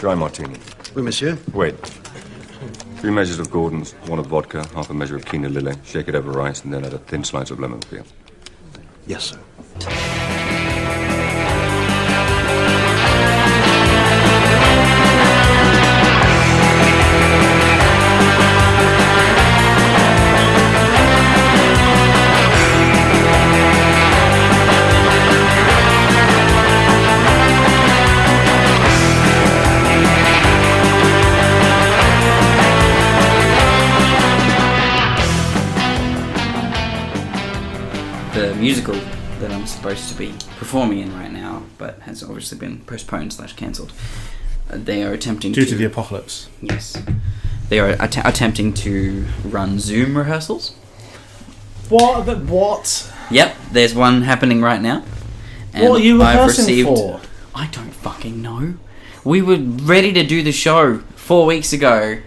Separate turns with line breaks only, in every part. Dry martini.
Oui, monsieur.
Wait. Three measures of Gordon's, one of vodka, half a measure of quinoa lily, shake it over rice, and then add a thin slice of lemon peel.
Yes, sir.
the musical that I'm supposed to be performing in right now, but has obviously been postponed slash cancelled. Uh, They are attempting
due to the apocalypse.
yes, they are att- attempting to run Zoom rehearsals.
What? The, what?
Yep, there's one happening right now. And
what are you
I've
rehearsing
received-
for?
I don't fucking know. We were ready to do the show four weeks ago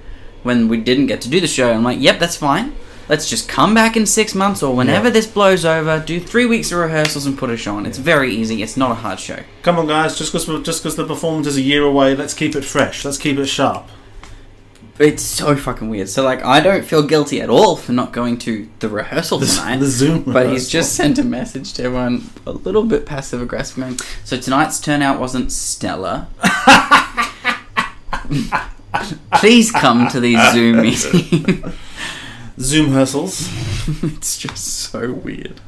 when we didn't get to do the show. I'm like, yep, that's fine. Let's just come back in six months or whenever this blows over, do three weeks of rehearsals and put a show on. It's very easy. It's not a hard show.
Come on, guys. Just because just because the performance is a year away, let's keep it fresh. Let's keep it sharp.
It's so fucking weird. So, like, I don't feel guilty at all for not going to the rehearsal tonight.
The Zoom.
but he's
rehearsal.
just sent a message to everyone a little bit passive aggressive going, so tonight's turnout wasn't stellar please come to these zoom meetings
Zoom rehearsals,
it's just so weird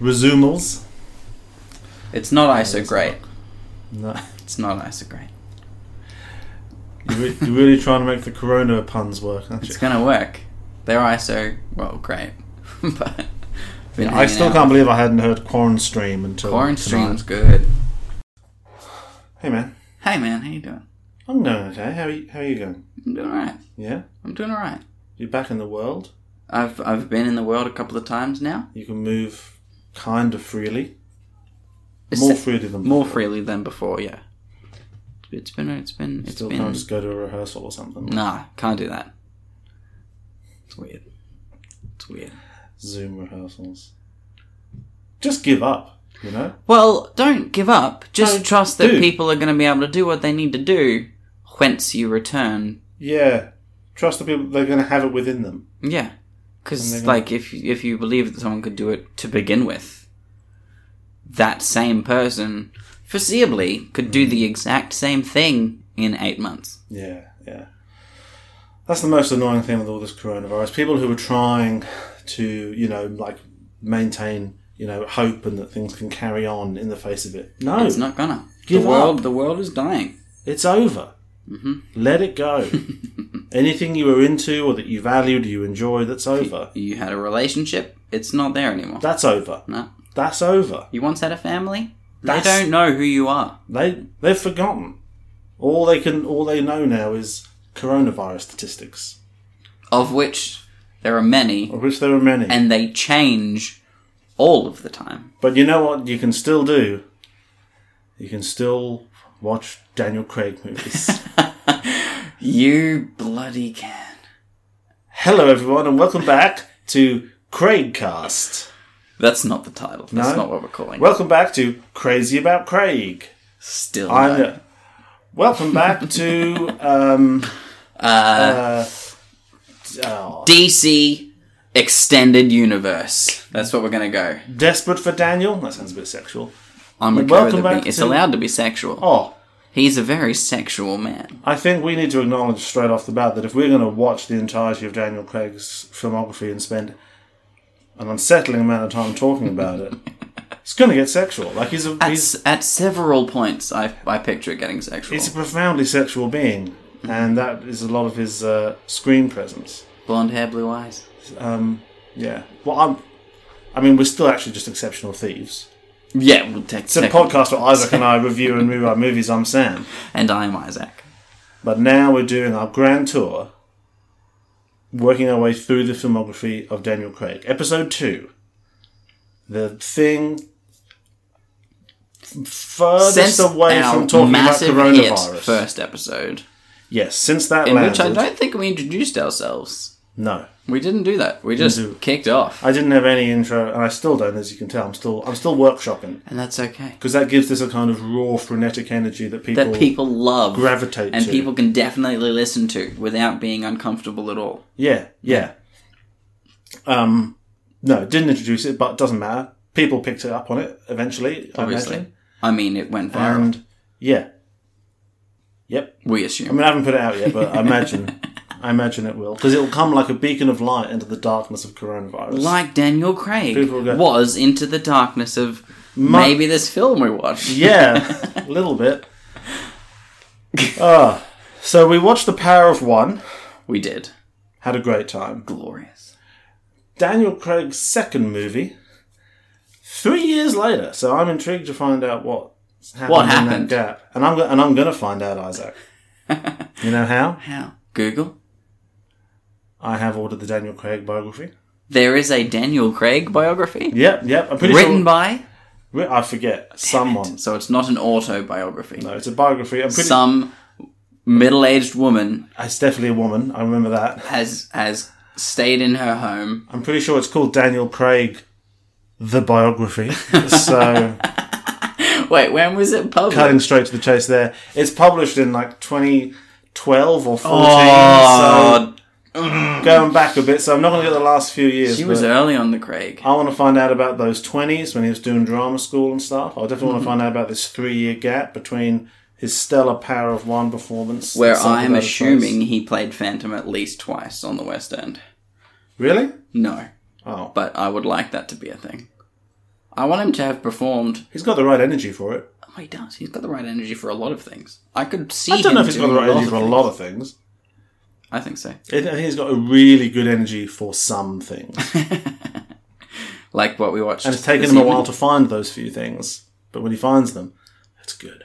resumals.
it's not iso great
No,
it's not iso great
you're, re- you're really trying to make the corona puns work, aren't you?
it's gonna work they're iso well great but been
I still
hanging out
can't
with-
believe I hadn't heard Quarren Stream until
Orange
tonight.
Stream's good
Hey man,
hey man how you doing
I'm going okay. How are you, how are you going?
I'm doing alright
Yeah,
I'm doing alright
you're back in the world.
I've, I've been in the world a couple of times now
You can move kind of freely,
It's-
more freely than
more
before.
freely than before. Yeah, it's been it's been it's
Still
been
can't just go to a rehearsal or something.
nah can't do that. It's weird. It's weird.
Zoom rehearsals. Just give up. You know,
Well, don't give up. Just
No,
trust that
dude.
people are going to be able to do what they need to do. Whence you return,
yeah. Trust the people; they're going to have it within them.
yeah.
And they're
Because
gonna-
like if if you believe that someone could do it to begin with, that same person foreseeably could
Mm.
do the exact same thing in eight months.
Yeah, yeah. That's the most annoying thing with all this coronavirus. People who are trying to, you know, like maintain, you know, hope and that things can carry on in the face of it. No,
It's not gonna.
Give
the world,
up.
the world is dying.
it's over.
Mm-hmm.
Let it go. Anything you were into or that you valued, you enjoyed, that's over.
You had a relationship, it's not there anymore.
That's over.
no.
That's over.
You once had a family,
That's-
they don't know who you are.
They they've forgotten. All they can, all they know now is coronavirus statistics,
Of which there are many,
of which there are many.
and they change all of the time.
But you know what you can still do? You can still watch Daniel Craig movies.
You bloody can.
Hello, everyone, and welcome back to Craigcast.
That's not the title. That's
No?
not what we're calling. it.
Welcome back to Crazy About Craig.
Still,
I'm.
no.
welcome back to. Um, uh, oh,
DC Extended Universe. That's what we're gonna go.
Desperate for Daniel? That sounds a bit sexual.
I'm okay with
Welcome
it being.
back
It's
to-
allowed to be sexual.
Oh,
He's a very sexual man.
I think we need to acknowledge straight off the bat that if we're going to watch the entirety of Daniel Craig's filmography and spend an unsettling amount of time talking about it, it's going to get sexual. Like he's a
At,
he's,
s- at several points, I, I picture it getting sexual.
he's a profoundly sexual being, and that is a lot of his uh, screen presence.
Blonde hair, blue eyes.
Yeah. Well, I'm. I mean, we're still actually just exceptional thieves.
Yeah, we'll take
It's a podcast where Isaac and I review and rewrite movies. I'm Sam,
And I'm Isaac.
but now we're doing our grand tour, working our way through the filmography of Daniel Craig. Episode two. the thing furthest away from talking about
hit
coronavirus.
first episode,
Yes, since that
in
landed,
which I don't think we introduced ourselves.
no,
We didn't do that. We just
do-
kicked off.
I didn't have any intro, and I still don't, as you can tell. I'm still I'm still workshopping
and that's okay.
because that gives this a kind of raw, frenetic energy that people.
That people love.
gravitate
And
to.
people can definitely listen to without being uncomfortable at all.
yeah, yeah. Um, no, didn't introduce it, but it doesn't matter. People picked it up on it eventually. I
Obviously.
imagine.
I mean, it went viral.
and yeah, yep.
we
I
assume.
mean, I haven't put it out yet, but I imagine, I imagine it will, because it'll come like a beacon of light into the darkness of coronavirus.
Like Daniel Craig
People go-
was into the darkness of maybe this film we watched.
yeah, a little bit. Ah, so we watched The Power of One.
We did.
Had a great time.
Glorious.
Daniel Craig's second movie. Three years later, so I'm intrigued to find out what happened,
What
in
happened?
that gap, and I'm go- and I'm going to find out, Isaac. you know how?
How? Google?
I have ordered the Daniel Craig biography.
There is a Daniel Craig biography
Yep, yep. I'm pretty
written
sure.
by.
Ri- I forget someone.
So it's not an autobiography.
No, it's a biography. I'm pretty.
Some middle aged woman
it's definitely a woman. I remember that.
has has stayed in her home.
I'm pretty sure it's called Daniel Craig, the biography. so
Wait, when was it published?
cutting straight to the chase. There, it's published in like 2012 or 14.
Oh,
So going back a bit. So I'm not going to get the last few years.
she was
but
early on the Craig.
I want to find out about those 20s when he was doing drama school and stuff. I definitely want
Mm-hmm.
to find out about this three-year gap between his stellar Power of One performance.
Where
and Something
I'm
About Us.
assuming he played Phantom at least twice on the West End.
really.
No,
Oh,
but I would like that to be a thing. I want him to have performed.
he's got the right energy for it.
Oh, he does. He's got the right energy for a lot of things. I could see.
I don't
him
know if he's got the
doing
right energy for a
of
lot of things.
things. I think so.
I think he's got a really good energy for some things.
Like what we watched.
And it's taken
this
him a
evening.
while to find those few things. But when he finds them, it's good.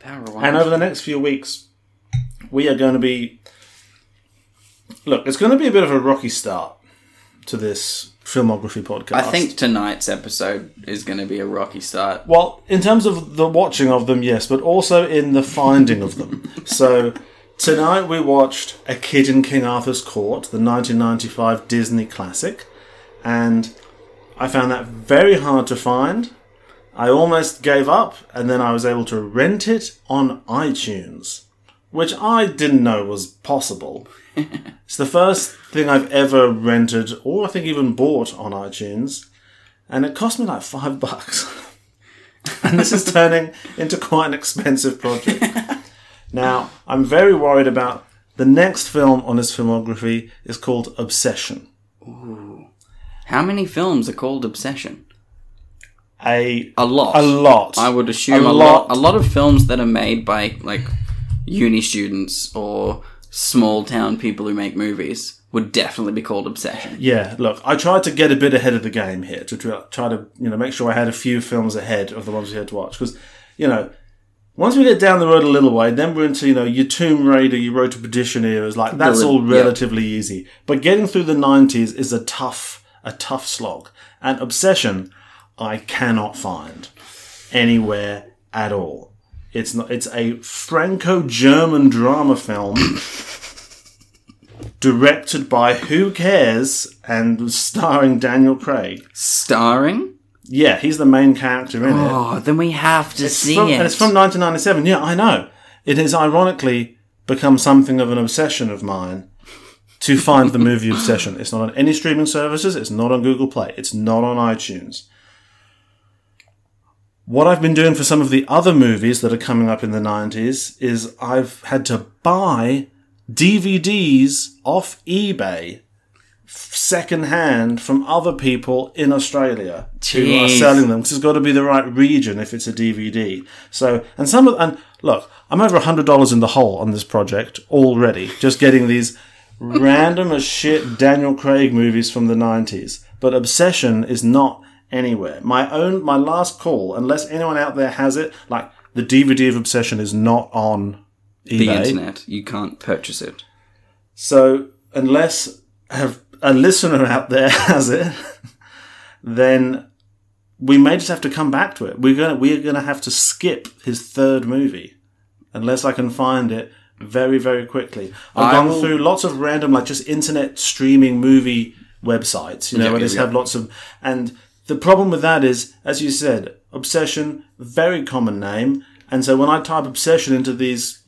Power of
And
One.
over the next few weeks, we are going to be. Look, it's going to be a bit of a rocky start to this filmography podcast.
I think tonight's episode is going to be a rocky start.
Well, in terms of the watching of them, yes, but also in the finding of them. So tonight we watched A Kid in King Arthur's Court, the 1995 Disney classic, and I found that very hard to find. I almost gave up, and then I was able to rent it on iTunes, which I didn't know was possible. it's the first thing I've ever rented, or I think even bought on iTunes, and it cost me like five bucks and this is turning into quite an expensive project. now, I'm very worried about the next film on his filmography is called Obsession,
How many films are called Obsession?
a
A lot.
a lot.
I would assume a, lot. A lot of films that are made by like uni students or small town people who make movies would definitely be called obsession.
Yeah, look, I tried to get a bit ahead of the game here to try try to you know make sure I had a few films ahead of the ones we had to watch because you know once we get down the road a little way, then we're into you know your Tomb Raider, your Road to Perdition eras. Like that's
Dylan,
all
yeah.
relatively easy, but getting through the '90s is a tough a tough slog. And Obsession, I cannot find anywhere at all. It's not. It's a Franco-German drama film directed by Who Cares and starring Daniel Craig.
Starring?
Yeah, he's the main character in it.
Oh, then we have to see
From-
it.
And it's from 1997. Yeah, I know. It has ironically become something of an obsession of mine to find the movie Obsession. It's not on any streaming services. It's not on Google Play. It's not on iTunes. What I've been doing for some of the other movies that are coming up in the 90s is I've had to buy DVDs off eBay secondhand from other people in Australia who are
Jeez.
selling them because it's got to be the right region if it's a DVD. So, and some of, and look, I'm over $100 in the hole on this project already, just getting these random as shit Daniel Craig movies from the 90s. But Obsession is not anywhere. My own, my last call, unless anyone out there has it, like the DVD of Obsession is not on eBay.
the internet. You can't purchase it.
So unless have a listener out there has it, then we may just have to come back to it. We're gonna we're gonna have to skip his third movie unless I can find it very, very quickly. I've
I
gone
will-
through lots of random, like just internet streaming movie websites, you know,
Yeah,
where they
yeah,
just
yeah.
have lots of. And the problem with that is, as you said, obsession, very common name. And so when I type obsession into these,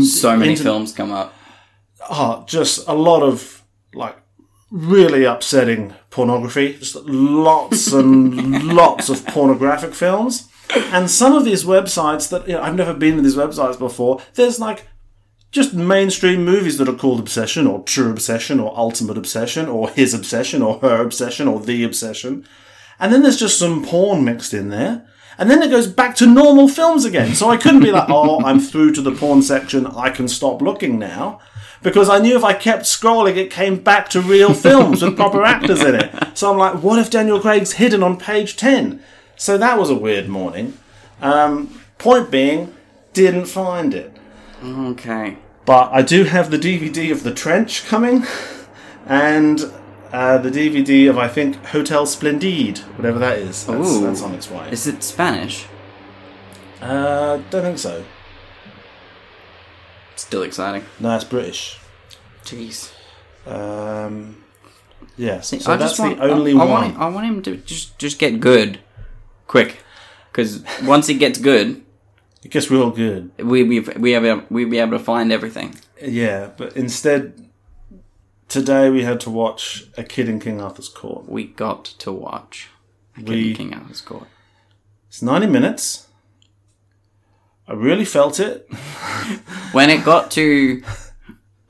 So many
Into-
films come up.
oh, just a lot of like really upsetting pornography, just lots and lots of pornographic films. And some of these websites that you know, I've never been to these websites before, there's like just mainstream movies that are called Obsession or True Obsession or Ultimate Obsession or His Obsession or Her Obsession or The Obsession. And then there's just some porn mixed in there. And then it goes back to normal films again. So I couldn't be like, oh, I'm through to the porn section. I can stop looking now. Because I knew if I kept scrolling, it came back to real films with proper actors in it. So I'm like, what if Daniel Craig's hidden on page 10? So that was a weird morning. Um, point being, didn't find it.
Okay.
But I do have the DVD of The Trench coming, and uh, the DVD of I think Hotel Splendide, whatever that is. That's,
Ooh.
that's on its way.
Is it Spanish?
Uh, don't think so.
Still exciting.
No, it's British.
Jeez.
Um, yeah, so
See, I
that's
just want,
the only
I, I
one.
Want him, I want him to just just get good, quick, because once he gets good,
it gets real good.
we we we have we be able to find everything.
Yeah, but instead, today we had to watch A Kid in King Arthur's Court.
We got to watch.
We-
We, King Arthur's Court.
It's 90 minutes. I really felt it.
When it got to,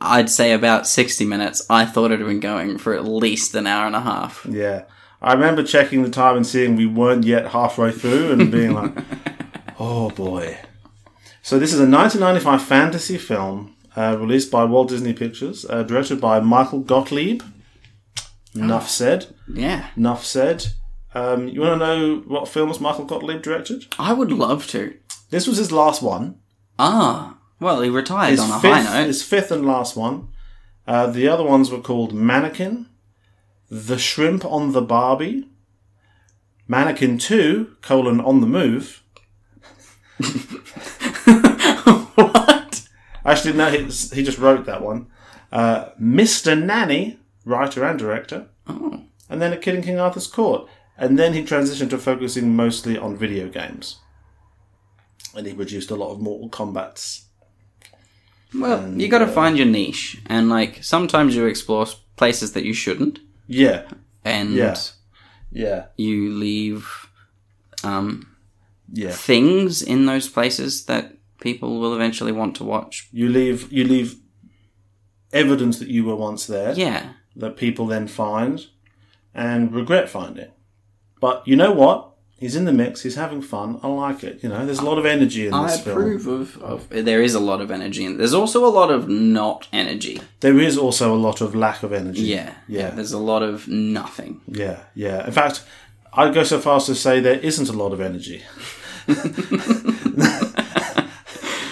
I'd say about sixty minutes, I thought it had been going for at least an hour and a half.
Yeah. I remember checking the time and seeing we weren't yet halfway through and being like, oh boy. So, this is a 1995 fantasy film uh, released by Walt Disney Pictures, uh, directed by Michael Gottlieb. Enough said.
Yeah,
Enough said. Um, you want to know what films Michael Gottlieb directed?
I would love to.
This was his last one.
Ah, well, he retired
His
on a
fifth,
high note.
his fifth and last one. Uh, the other ones were called Mannequin, The Shrimp on the Barbie, Mannequin 2, colon, on the move.
what?
Actually, no, he, he just wrote that one. Uh, Mr. Nanny, writer and director.
Oh.
And then A Kid in King Arthur's Court. And then he transitioned to focusing mostly on video games. And he produced a lot of Mortal Kombat's.
Well, you got to
uh,
find your niche, and like sometimes you explore s- places that you shouldn't,
Yeah,
and
Yeah. yeah,
you leave um,
yeah.
things in those places that people will eventually want to watch.
You leave you leave evidence that you were once there
Yeah,
that people then find and regret finding. But you know what? He's in the mix. He's having fun. I like it. You know, there's a lot of energy in
I
this film.
approve of, of. There is a lot of energy, and there's also a lot of not energy.
There is also a lot of lack of energy.
Yeah,
yeah,
There's a lot of nothing.
yeah, yeah. In fact, I'd go so far as to say there isn't a lot of energy. I mean,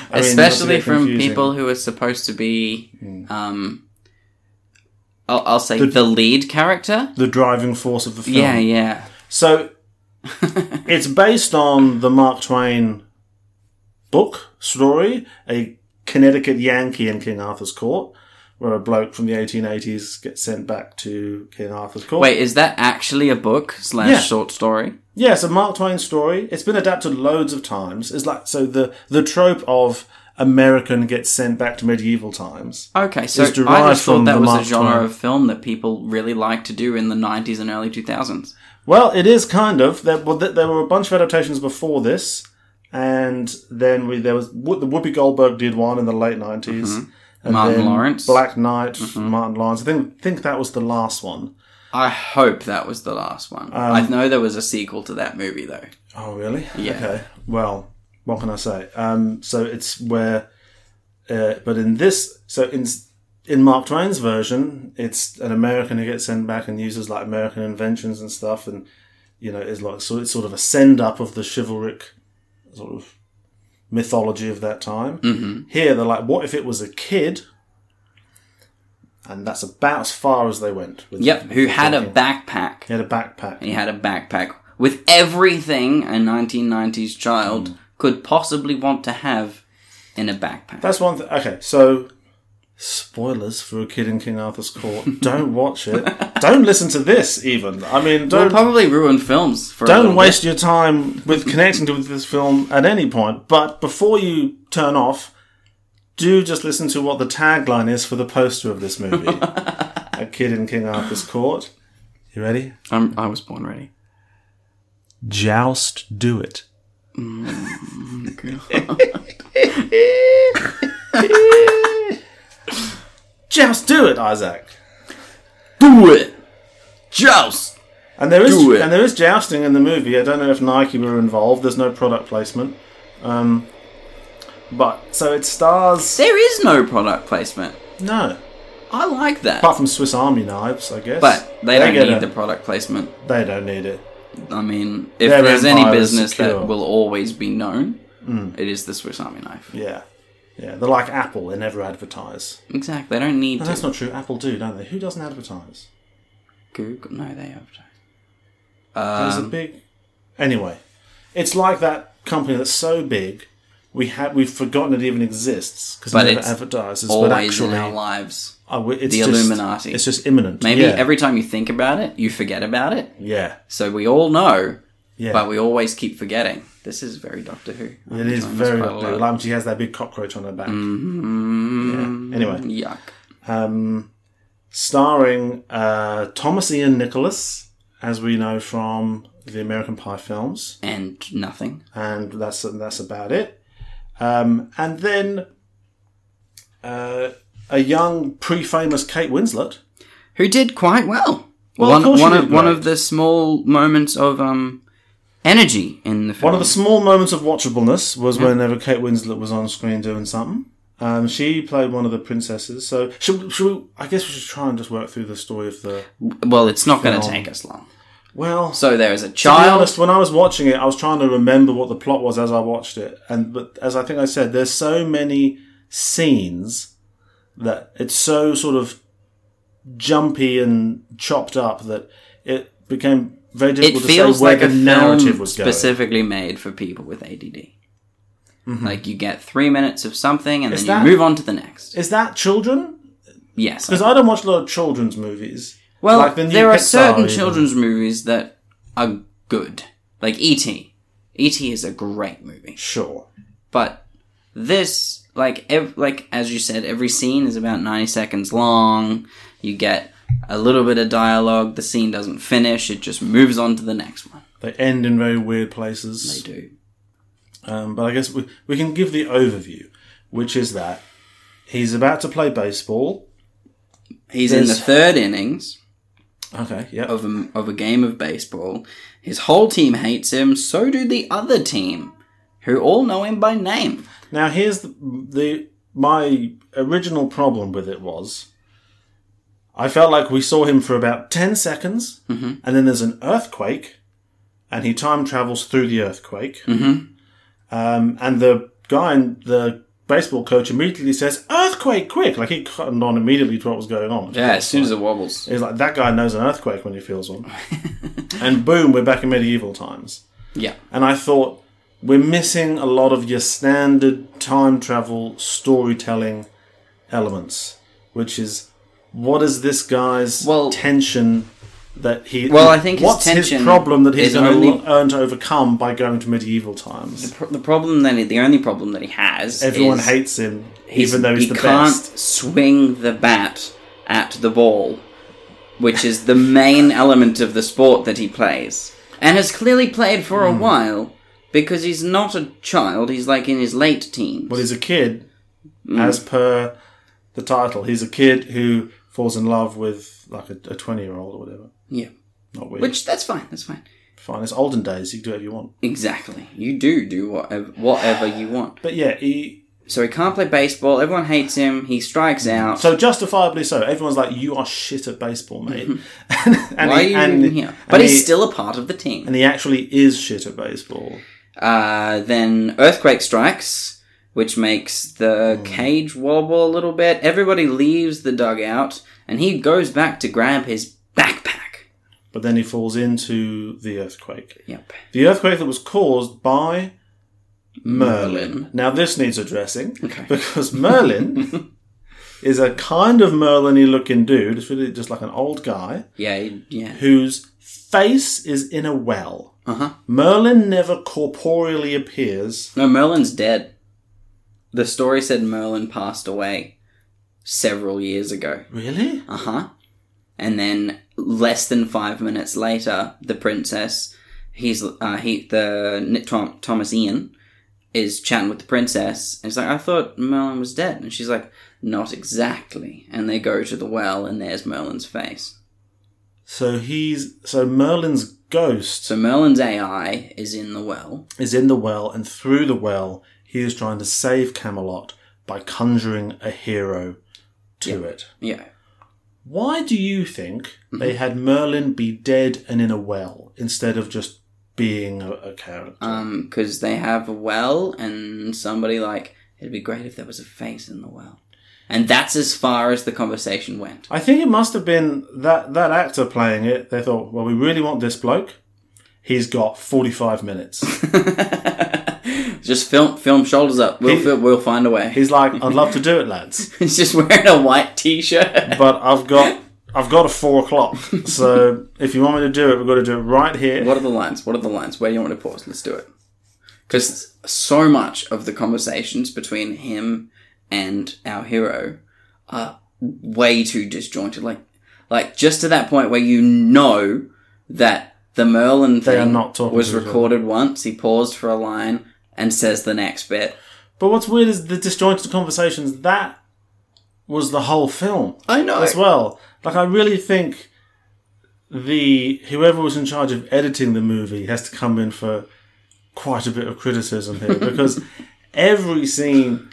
not to
especially
get
from
confusing. Mm.
people who are supposed to be um I'll, I'll say the, lead character
The driving force of the film.
yeah yeah
So it's based on the Mark Twain book story, a Connecticut Yankee in King Arthur's Court, where a bloke from the 1880s gets sent back to King Arthur's Court.
wait is that actually a book slash
Yeah.
short story
Yeah, it's a Mark Twain story. It's been adapted loads of times. It's like so the the trope of American gets sent back to medieval times.
okay so i
It's derived
just
from
thought that
the
was
Mark
a genre
Twain.
of film that people really like to do in the 90s and early 2000s
Well, it is kind of. There, well, there were a bunch of adaptations before this, and then we there was Wo- the Whoopi Goldberg did one in the late 90s and
Martin
then
Lawrence. Mm-hmm.
Black Knight, Martin Lawrence. I think think that was the last one.
i hope that was the last
Um,
one i know there was a sequel to that movie though
Oh, really?
Yeah.
Okay. Well, what can I say? Um, so it's where, uh, but in this, so in in Mark Twain's version, it's an American who gets sent back and uses like American inventions and stuff, and you know is like so it's sort of a send up of the chivalric sort of mythology of that time. Mm-hmm. Here they're like, what if it was a kid? And that's about as far as they went. With
yep who had a
talking.
backpack
He had a backpack.
He had a backpack
Mm.
with everything a 1990s child could possibly want to have in a backpack.
That's one thing. Okay, so spoilers for a kid in King Arthur's court. don't watch it. Don't listen to this. Even I mean,
We'll
don't
probably ruin films for a
don't
little
waste your time with connecting to this film at any point. But before you turn off, do just listen to what the tagline is for the poster of this movie: "A kid in King Arthur's court." You ready?
Bit. I'm, I was born ready.
Joust, do it. Joust, do it, Isaac.
Do it, Joust.
And there is
Do it.
and there is jousting in the movie. I don't know if Nike were involved. There's no product placement. Um, but so it stars
There is no product placement.
no
I like that,
apart from Swiss Army knives, I guess.
but they don't
get
need
it.
the product placement.
They don't need it.
I mean, if
Their
there's any
empire is
business
secure.
that will always be known,
Mm.
it is the Swiss Army knife.
Yeah, yeah. They're like Apple. They never advertise.
Exactly. They don't need
No,
to.
that's not true. Apple do, don't they? Who doesn't advertise?
Google. No, they advertise.
There's
Um,
a big. Anyway, it's like that company that's so big. We have we've forgotten it even exists because
But
it never
it's
advertises. But
Always
actually,
in our lives.
I w- it's
the
just,
Illuminati.
It's just imminent.
Maybe
yeah.
every time you think about it, you forget about it.
yeah.
So we all know,
Yeah,
but we always keep forgetting. This is very Doctor Who.
it is
Sometimes
very
quite a
lovely.
lot.
Like, she has that big cockroach on her back.
Mm-hmm.
Yeah. Anyway,
Yuck.
um, starring uh, Thomas Ian Nicholas, as we know from the American Pie films,
And nothing.
and that's that's about it. Um, and then uh, a young, pre-famous Kate Winslet.
Who did quite well.
Well, of
one
course
one
she
of
did
one
great.
of the small moments of um energy in the film.
One of the small moments of watchableness was whenever Kate Winslet was on screen doing something. Um, she played one of the princesses. So should, we- should we, I guess we should try and just work through the story of the.
well, it's not going to
film.
take us long.
Well,
So there is a
to be
child.
honest, when I was watching it, I was trying to remember what the plot was as I watched it, and but as I think I said, there's so many scenes that it's so sort of jumpy and chopped up that it became very
it
difficult to
feels
say where
like a
the narrative
film
was going.
specifically made for people with ADD. Like you get three minutes of something, and
Mm-hmm. Is
then
that-
you move on to the next.
Is that children?
Yes,
Because I don't watch a lot of children's movies.
Well,
Like the new
there are
Pixar
certain
even.
children's movies that are good, like E E.T. E.T. is a great movie,
Sure.
but this, like, ev- like as you said, every scene is about ninety seconds long. You get a little bit of dialogue. The scene doesn't finish; it just moves on to the next one.
They end in very weird
They
places.
do.
Um, but I guess we, we can give the overview, which is that he's about to play baseball.
He's in
There's-
the third innings.
Okay, yeah.
of a, of a game of baseball. His whole team hates him, so do the other team, who all know him by name.
Now, here's the, the my original problem with it was I felt like we saw him for about 10 seconds, and then there's an earthquake, and he time travels through the earthquake. Um, and the guy in the baseball coach immediately says, Earthquake, quick! Like he cottoned on immediately to what was going on.
as soon as it wobbles.
He's like, that guy knows an earthquake when he feels one. and boom, we're back in medieval times.
Yeah.
And I thought, we're missing a lot of your standard time travel storytelling elements, which is what is this guy's
Well-
tension that he.
Well, I think his
what's
tension
his problem that
is
he's going
only-
to earn to overcome by going to medieval times?
Pro- The problem that he, the only problem that he has
Everyone
is
hates him,
he's-
even though he's
he
the
can't
best.
swing the bat at the ball, which is the main element of the sport that he plays, and has clearly played for
Hmm.
a while because he's not a child. He's like in his late teens.
Well, he's a kid,
Mm.
as per the title. He's a kid who falls in love with like a twenty-year-old or whatever.
yeah,
Not weird.
which that's fine. That's fine.
Fine, it's olden days. You can do whatever you want.
Exactly. You do do whatever, whatever you want.
But yeah, he,
So he can't play baseball. Everyone hates him. He strikes out.
so justifiably so. Everyone's like, "You are shit at baseball, mate." and, and
Mm-hmm. Why
he,
are you
and,
even here? But
and
he's
he-
still a part of the team.
and he actually is shit at baseball.
Uh, then earthquake strikes, which makes the
Mm.
cage wobble a little bit. Everybody leaves the dugout, and he goes back to grab his backpack.
But then he falls into the earthquake.
Yep.
The earthquake that was caused by Merlin. Now this needs addressing
Okay.
because Merlin is a kind of Merlin-y looking dude. It's really just like an old guy
Yeah, yeah.
whose face is in a well.
Uh-huh.
Merlin never corporeally appears.
No, Merlin's dead. The story said Merlin passed away several years ago.
Really?
Uh huh. And then less than five minutes later, the princess, he's uh, he the Nick Tom, Thomas Ian is chatting with the princess, and he's like, "I thought Merlin was dead," and she's like, "Not exactly." And they go to the well, and there's Merlin's face.
So he's so Merlin's ghost
So Merlin's AI is in the well.
is in the well, and through the well, he is trying to save Camelot by conjuring a hero to it.
Yeah.
Why do you think they had Merlin be dead and in a well instead of just being a, a character?
Um, because they have a well, and somebody like, it'd be great if there was a face in the well. And that's as far as the conversation went.
I think it must have been that that actor playing it. They thought, well, we really want this bloke. He's got forty-five minutes.
Just film, film shoulders up. We'll,
He-
fi- we'll find a way.
He's like, I'd love to do it, lads,
He's just wearing a white t-shirt.
but I've got I've got a four o'clock. So if you want me to do it, we've got to do it right here.
What are the lines? What are the lines? Where do you want to pause? Let's do it. Because so much of the conversations between him and our hero are way too disjointed. Like, like just to that point where you know that the Merlin
They are
thing
not talking
was
to each other.
recorded once. He paused for a line and says the next bit.
But what's weird is the disjointed conversations. That was the whole film.
I know.
as well. Like I really think the whoever was in charge of editing the movie has to come in for quite a bit of criticism here because every scene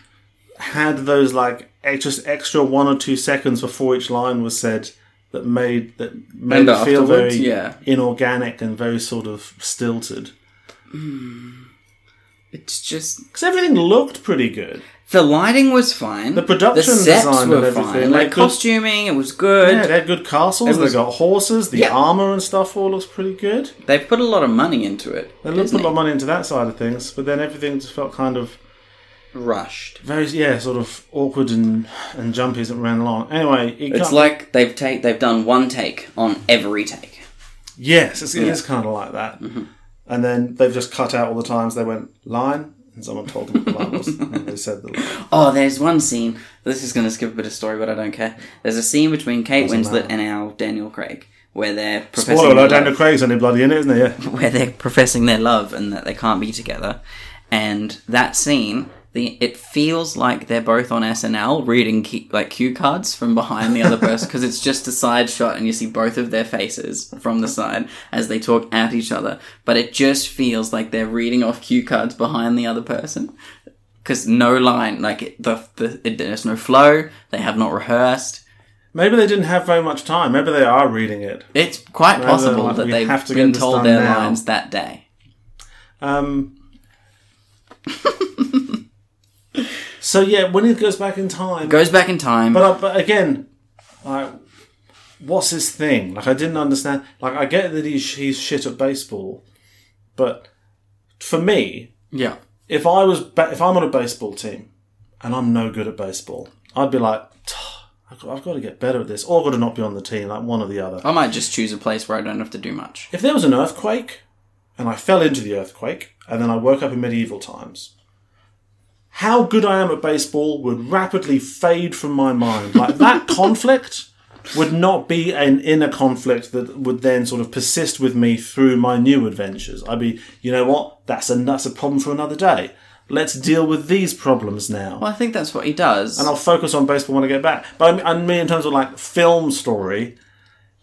had those like ex- just extra one or two seconds before each line was said that made that made
And
it feel very
afterwards, yeah.
inorganic and very sort of stilted
It's just
because everything looked pretty good.
the lighting was fine. The
production
sets
design
were
and everything,
fine.
like,
Like
good-
costuming, it was good.
Yeah, they had good castles.
It was-
they got horses. The
Yeah.
armor and stuff all looks pretty good.
They put a lot of money into it.
They looked
Disney.
put a lot of money into that side of things, but then everything just felt kind of
rushed.
very, yeah, sort of awkward and and jumpy as it ran along. Anyway, it
It's
can't-
like they've take they've done one take on every take.
yes, it's, it is kind of like that.
Mm-hmm.
And then they've just cut out all the times they went line, and someone told them what the line was, and they said the line.
Oh, there's one scene. This is going to skip a bit of story, but I don't care. There's a scene between Kate
Doesn't
Winslet
matter.
and our Daniel Craig where they're professing
Spoiler
their
alert: Daniel
love-
Craig's only bloody in it, isn't he? Yeah.
where they're professing their love and that they can't be together. And that scene, the it feels like they're both on SNL reading key, like cue cards from behind the other person because it's just a side shot and you see both of their faces from the side as they talk at each other. But it just feels like they're reading off cue cards behind the other person. Because no line, like it- the, the it, there's no flow. They have not rehearsed.
Maybe they didn't have very much time. Maybe they are reading it.
It's quite
Rather than
possible
like,
that
uh, we
they've
have to get
been
this
told
done
their
now.
lines that day.
Um. so yeah, when he goes back in time,
Goes back in time.
But uh, I, but again, like, what's his thing? Like, I didn't understand. Like, I get that he's he's shit at baseball, but for me,
yeah.
if I was ba- if I'm on a baseball team and I'm no good at baseball, I'd be like, "Tuh, I've got, I've got to get better at this, or I've got to not be on the team, like one or the other.
I might just choose a place where I don't have to do much.
If there was an earthquake and I fell into the earthquake and then I woke up in medieval times, how good I am at baseball would rapidly fade from my mind. Like that conflict would not be an inner conflict that would then sort of persist with me through my new adventures. I'd be, you know what? That's a that's a problem for another day. Let's deal with these problems now.
Well, I think that's what he does.
And I'll focus on baseball when I get back. But I mean, I mean in terms of like film story,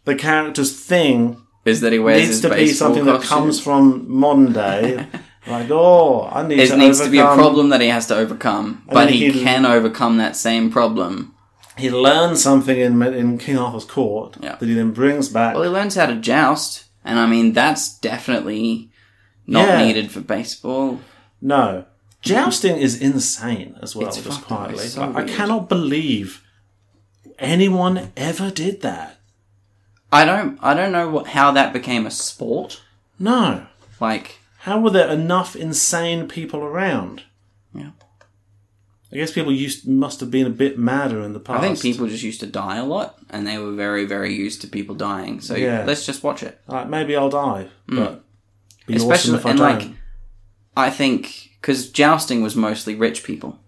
the character's thing
is that he wears
needs
his
to be
baseball
something that
costume.
comes from modern day. like, oh, I need
It
to
needs
overcome.
to be a problem that he has to overcome, but
then
he
he-
can overcome that same problem.
He learns something in in King Arthur's court
Yeah.
that he then brings back.
Well, he learns how to joust, and I mean that's definitely not
Yeah.
needed for baseball.
no, jousting is insane as well.
It's
just
fucked up,
quietly,
it's so
Like, I
weird.
cannot believe anyone ever did that.
I don't, I don't know what, how that became a sport.
No,
Like
How were there enough insane people around?
Yeah.
I guess people used must have been a bit madder in the
I
past.
think people just used to die a lot, and they were very, very used to people dying. So
Yeah.
let's just watch it.
like maybe I'll die, but be
Hmm. Especially
awesome if
and
I
like,
don't.
I think because jousting was mostly rich people.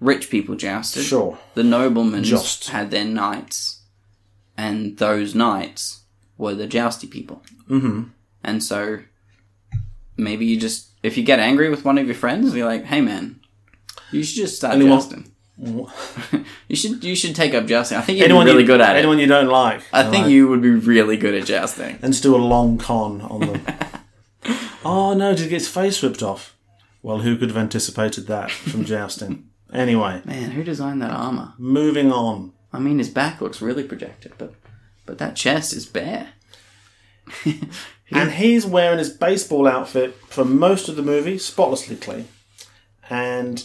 Rich people jousted.
Sure.
The noblemen
Joust.
had their knights, and those knights were the jousty people. Mm-hmm. And so maybe you just if you get angry with one of your friends, you're like, "Hey, man, you should just start
Anyone-
jousting." you should you should take up jousting. I think you'd
Anyone
be really
you,
good at it.
anyone you don't like.
I think you would be really good at jousting.
and just do a long con on them. oh no, did he get his face ripped off? Well, who could have anticipated that from jousting? Anyway,
Man, who designed that armor?
moving on.
I mean, his back looks really projected, but but that chest is bare.
And he's wearing his baseball outfit for most of the movie, spotlessly clean. And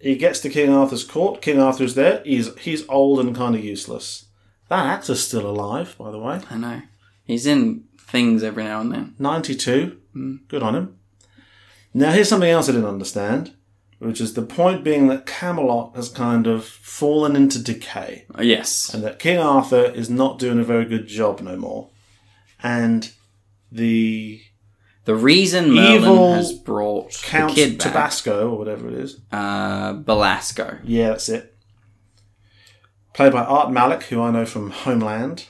he gets to King Arthur's court. King Arthur's there. He's he's old and kind of useless. That actor's still alive, by the way.
I know. He's in things every now and then.
92.
Hmm.
Good on him. Now, here's something else I didn't understand, which is the point being that Camelot has kind of fallen into decay,
Oh, yes.
and that King Arthur is not doing a very good job no more. And the
The reason Merlin
Evil
has brought the
Count
kid back,
Tabasco, or whatever it is,
uh, Belasco.
yeah, that's it, played by Art Malik, who I know from Homeland.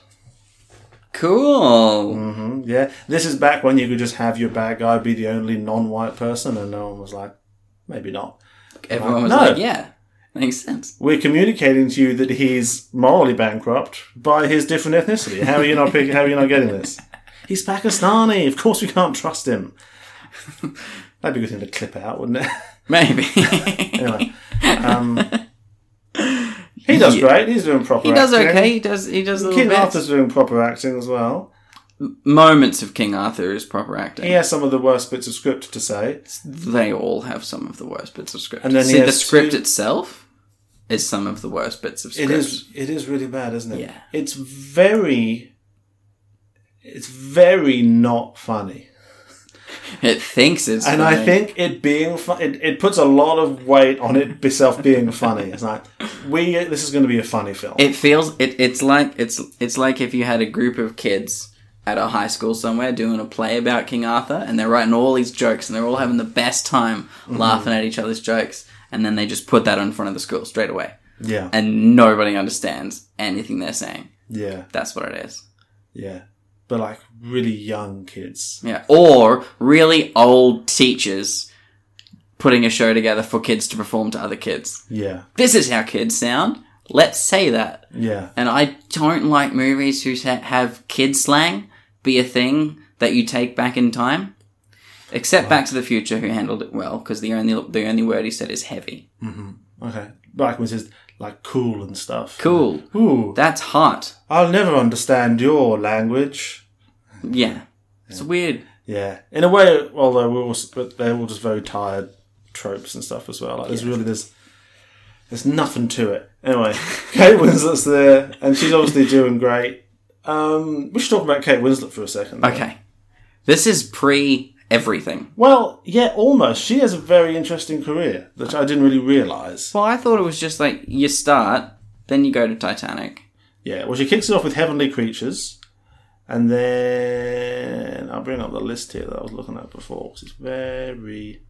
Cool.
Mm. Yeah, this is back when you could just have your bad guy be the only non white person, and no one was like, maybe not.
Everyone was
No.
like, "Yeah, makes sense."
we're communicating to you that he's morally bankrupt by his different ethnicity. How are you not picking, how are you not getting this? He's Pakistani. Of course, we can't trust him. That'd be a good thing to clip out, wouldn't it?
Maybe
anyway, um, he does
Yeah.
great. He's doing proper.
he does
acting.
okay. He does. He does a little
King
bit.
Arthur's doing proper acting as well.
Moments of King Arthur is proper acting.
He has some of the worst bits of script to say.
They all have some of the worst bits of script.
And then he
See, the
has
script
two-
itself is some of the worst bits of
It
script.
is. It is really bad, isn't it?
Yeah.
It's very. It's very not funny.
It thinks it's.
And
funny.
I think it being fu- it, it puts a lot of weight on it itself being funny. It's like we this is going to be a funny film.
it feels it, it's like it's it's like if you had a group of kids at a high school somewhere doing a play about King Arthur and they're writing all these jokes and they're all having the best time laughing at each other's jokes and then they just put that in front of the school straight away
yeah,
and nobody understands anything they're saying.
yeah,
That's what it is.
yeah. But like really young kids.
Yeah. Or really old teachers putting a show together for kids to perform to other kids.
Yeah,
This is how kids sound. Let's say that.
yeah,
And I don't like movies who sa- have kid slang be a thing that you take back in time. Except Back to the Future, who handled it well, because the only the only word he said is heavy.
okay. Like when it says like cool and stuff.
Cool.
Ooh,
That's hot.
I'll never understand your language.
Yeah. It's weird.
Yeah, in a way. Although we're all, s- but they're all just very tired tropes and stuff as well. Like there's really there's there's nothing to it. Anyway, Kate Winslet's there, and she's obviously doing great. Um, we should talk about Kate Winslet for a second. though.
Okay. This is pre everything.
Well, yeah, almost. She has a very interesting career that I didn't really realize.
Well, I thought it was just like you start, then you go to Titanic.
Yeah. Well, she kicks it off with Heavenly Creatures, and then I'll bring up the list here that I was looking at before 'cause it's very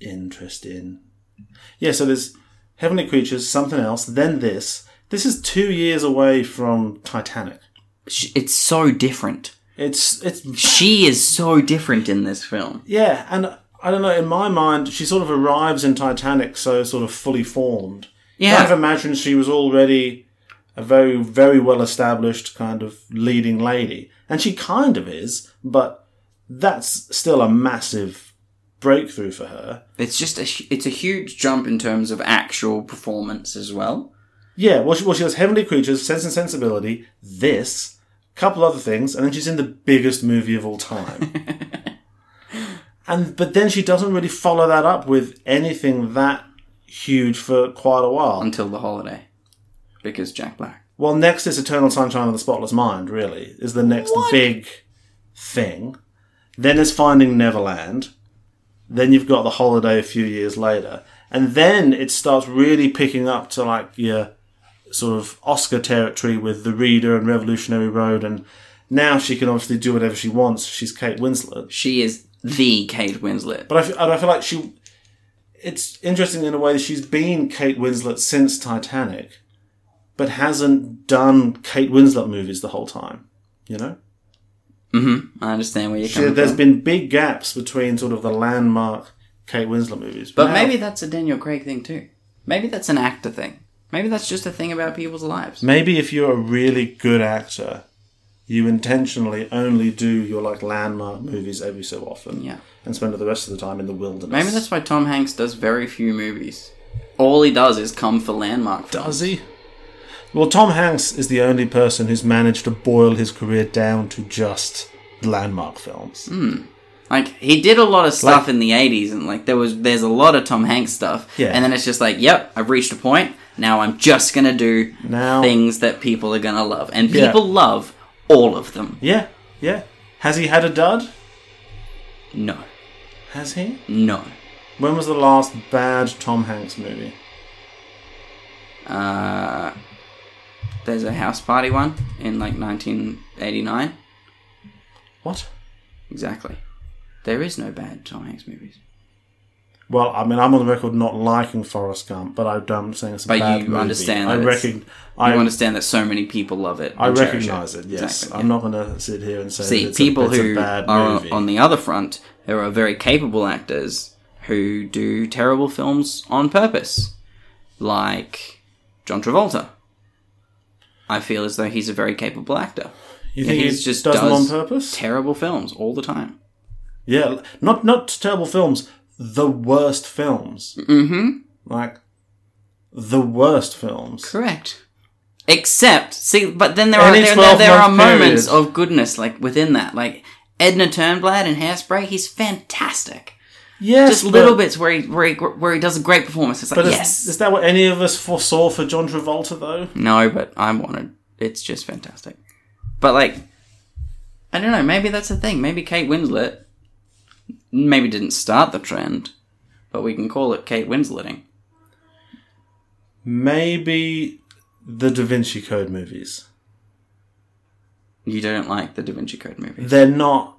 interesting. Yeah. So there's Heavenly Creatures, something else, then this. This is two years away from Titanic.
Sh- It's so different.
It's it's
She is so different in this film.
Yeah, and I don't know. In my mind, she sort of arrives in Titanic so sort of fully formed.
Yeah.
I've imagined she was already a very, very well established kind of leading lady, and she kind of is, but that's still a massive breakthrough for her.
It's just a hu- it's a huge jump in terms of actual performance as well.
Yeah, well, she, well, she does Heavenly Creatures, Sense and Sensibility, this, couple other things, and then she's in the biggest movie of all time. and but then she doesn't really follow that up with anything that huge for quite a while.
Until the holiday, because Jack Black.
Well, next is Eternal Sunshine of the Spotless Mind. Really, is the next big thing. Then is Finding Neverland. Then you've got the holiday a few years later, and then it starts really picking up to like your sort of Oscar territory with The Reader and Revolutionary Road, and now she can obviously do whatever she wants. She's Kate Winslet,
She is the Kate Winslet.
but I feel, I feel like she. It's interesting in a way that she's been Kate Winslet since Titanic, but hasn't done Kate Winslet movies the whole time. You know.
Mm-hmm. I understand where you're
There-
coming
There's
from.
been big gaps between sort of the landmark Kate Winslet movies.
But
Now-
maybe that's a Daniel Craig thing too. Maybe that's an actor thing. Maybe that's just a thing about people's lives.
maybe if you're a really good actor, you intentionally only do your like landmark movies every so often,
Yeah.
and spend the rest of the time in the wilderness.
Maybe that's why Tom Hanks does very few movies. All he does is come for landmark. films.
does he? Well, Tom Hanks is the only person who's managed to boil his career down to just landmark films.
Hmm. Like he did a lot of stuff
Like-
in the '80s, and like there was there's a lot of Tom Hanks stuff.
Yeah.
And then it's just like, yep, I've reached a point. Now I'm just gonna do
Now-
things that people are gonna love, and
Yeah.
people love all of them.
Yeah, yeah. Has he had a dud?
No,
Has he?
no.
When was the last bad Tom Hanks movie?
Uh, there's a house party one in like 1989.
What?
Exactly. There is no bad Tom Hanks movies,
Well, I mean, I'm on the record not liking Forrest Gump, but I- I'm saying it's a
But
bad
you
movie.
understand
I
that it's-
recogn-
I
I,
understand that so many people love it.
I
and cherish
recognize it. Yes,
Exactly, yeah.
I'm not going to sit here and say
See,
that it's
people
a, it's
who
a bad
are
movie.
on the other front, there are very capable actors who do terrible films on purpose, like John Travolta. I feel as though he's a very capable actor.
you think
he's
he
just
does them on
does
purpose?
Terrible films all the time.
yeah, not not terrible films. The worst films. Mm-hmm. Like the worst films.
Correct. Except, see, but then there are
Any
there, there, there are
12-month period.
moments of goodness like within that, like Edna Turnblad in Hairspray. He's fantastic.
Yes,
Just
but-
little bits where he, where he where he does a great performance. It's like
But is,
yes,
is that what any of us foresaw for John Travolta though?
No, but I wanted. It's just fantastic. But like, I don't know. Maybe that's the thing. Maybe Kate Winslet, maybe didn't start the trend, but we can call it Kate Winsleting.
Maybe the Da Vinci Code movies.
You don't like the Da Vinci Code movies?
They're not.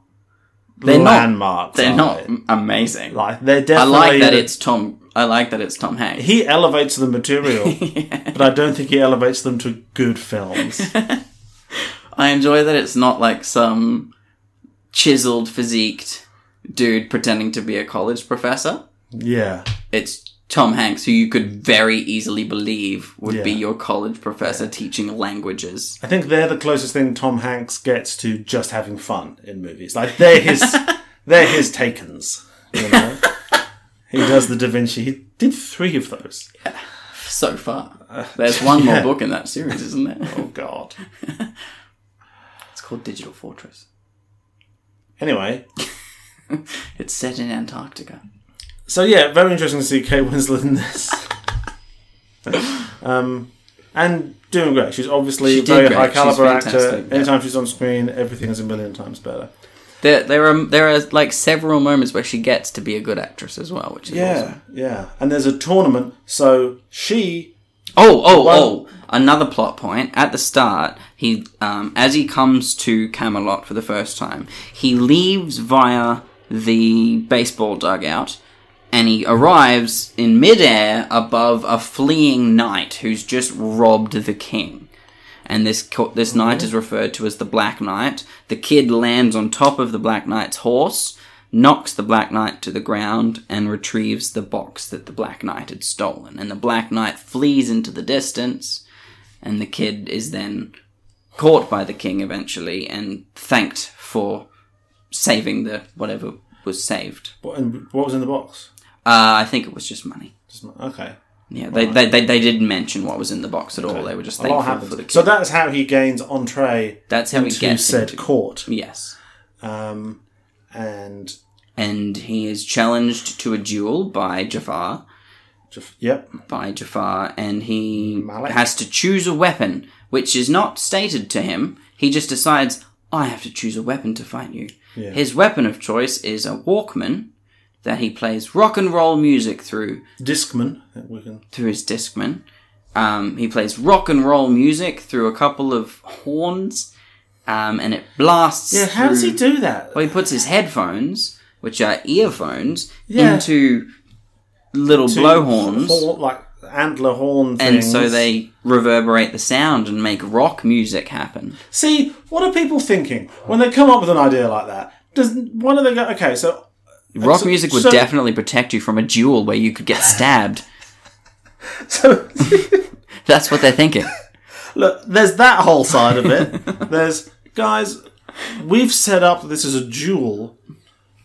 They're not-
landmarks.
They're
are
not
they?
amazing.
Like they're
I
definitely.
like that it's Tom. I like that it's Tom Hanks.
he elevates the material, but I don't think he elevates them to good films.
I enjoy that it's not like some chiseled, physiqued dude pretending to be a college professor.
yeah,
it's Tom Hanks, who you could very easily believe would be
Yeah.
your college professor teaching languages.
I think they're the closest thing Tom Hanks gets to just having fun in movies. Like they're his, they're his takens. You know, he does the Da Vinci. He did three of those.
So far, there's one
Uh, yeah.
more book in that series, isn't there?
Oh God.
It's called Digital Fortress.
Anyway,
It's set in Antarctica.
So yeah, very interesting to see Kate Winslet in this. um, and doing great. She's obviously
She
a
did
very
great.
high caliber
She's
actor.
fantastic, yeah.
Anytime she's on screen, everything is a million times better.
There, there are there are like several moments where she gets to be a good actress as well, which is awesome.
yeah. And there's a tournament, so she
Oh, oh,
One-
oh! Another plot point. At the start, he, um, as he comes to Camelot for the first time, he leaves via the baseball dugout, and he arrives in midair above a fleeing knight who's just robbed the king. And this co- this knight is referred to as the Black Knight. The kid lands on top of the Black Knight's horse, knocks the Black Knight to the ground, and retrieves the box that the Black Knight had stolen. And the Black Knight flees into the distance, and the kid is then caught by the king eventually and thanked for saving the whatever was saved.
what, and what was in the box?
Uh, I think it was just money.
Just- Okay,
Yeah, they, they, they, they didn't mention what was in the box at all. They were just
a lot
thankful for the kid.
happens. So that's how he gains entree
That's how he
into
gets
said
into-
court.
yes.
Um, and
and he is challenged to a duel by Jafar,
Jaf- yep,
by Jafar, and he
Malik.
has to choose a weapon, which is not stated to him. He just decides, I have to choose a weapon to fight you. His weapon of choice is a Walkman, that he plays rock and roll music through
Discman. I think we can.
through his Discman. Um, he plays rock and roll music through a couple of horns, um, and it blasts.
Yeah, how does Oh, he
through-
do that?
Well, he puts his headphones, which are earphones,
Yeah.
into little
Two
blowhorns,
hor- like antler horn things.
and so they reverberate the sound and make rock music happen.
See, what are people thinking when they come up with an idea like that? Does why do they go? Okay, so
Rock
so-
music would
so-
definitely protect you from a duel where you could get stabbed.
so
That's what they're thinking.
look, there's that whole side of it. there's guys, we've set up that this is a duel,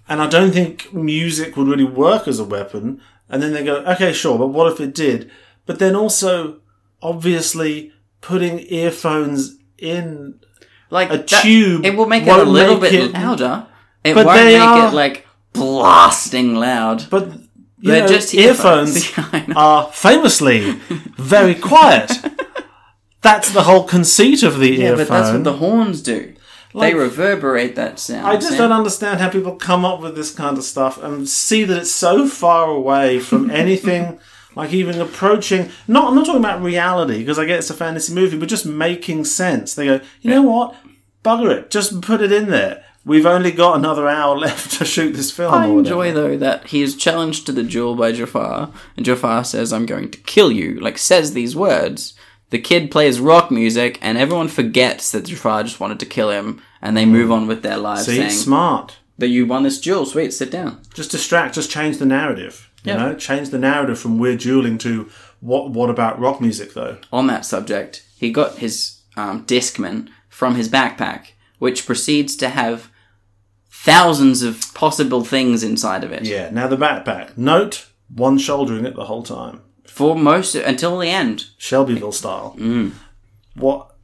and I don't think music would really work as a weapon. And then they go, okay, sure, but what if it did? But then also, obviously, putting earphones in
Like
A tube
it will make it a
won't
little
make
bit
it-
louder. It
But
won't
they
make
are-
it like blasting loud.
But you
They're
know,
just
earphones,
earphones. I know.
are famously very quiet. that's the whole conceit of the
Yeah,
earphone.
but that's what the horns do.
Like-
they reverberate that sound.
I just
eh?
don't understand how people come up with this kind of stuff and see that it's so far away from anything. Like even approaching, not I'm not talking about reality because I get it's a fantasy movie, but just making sense. They go, you know what, bugger it, just put it in there. We've only got another hour left to shoot this film.
I
or whatever.
enjoy though that he is challenged to the duel by Jafar, and Jafar says, "I'm going to kill you." Like says these words. The kid plays rock music, and everyone forgets that Jafar just wanted to kill him, and they move on with their lives,
See,
saying
smart.
that you won this duel. Sweet, sit down.
just distract, just change the narrative. You
Yeah.
know, change the narrative from we're dueling to what? What about rock music though?
on that subject, he got his um, Discman from his backpack, which proceeds to have thousands of possible things inside of it.
Yeah. Now the backpack. Note one shouldering it the whole time,
For most, until the end.
Shelbyville style.
Mm.
What?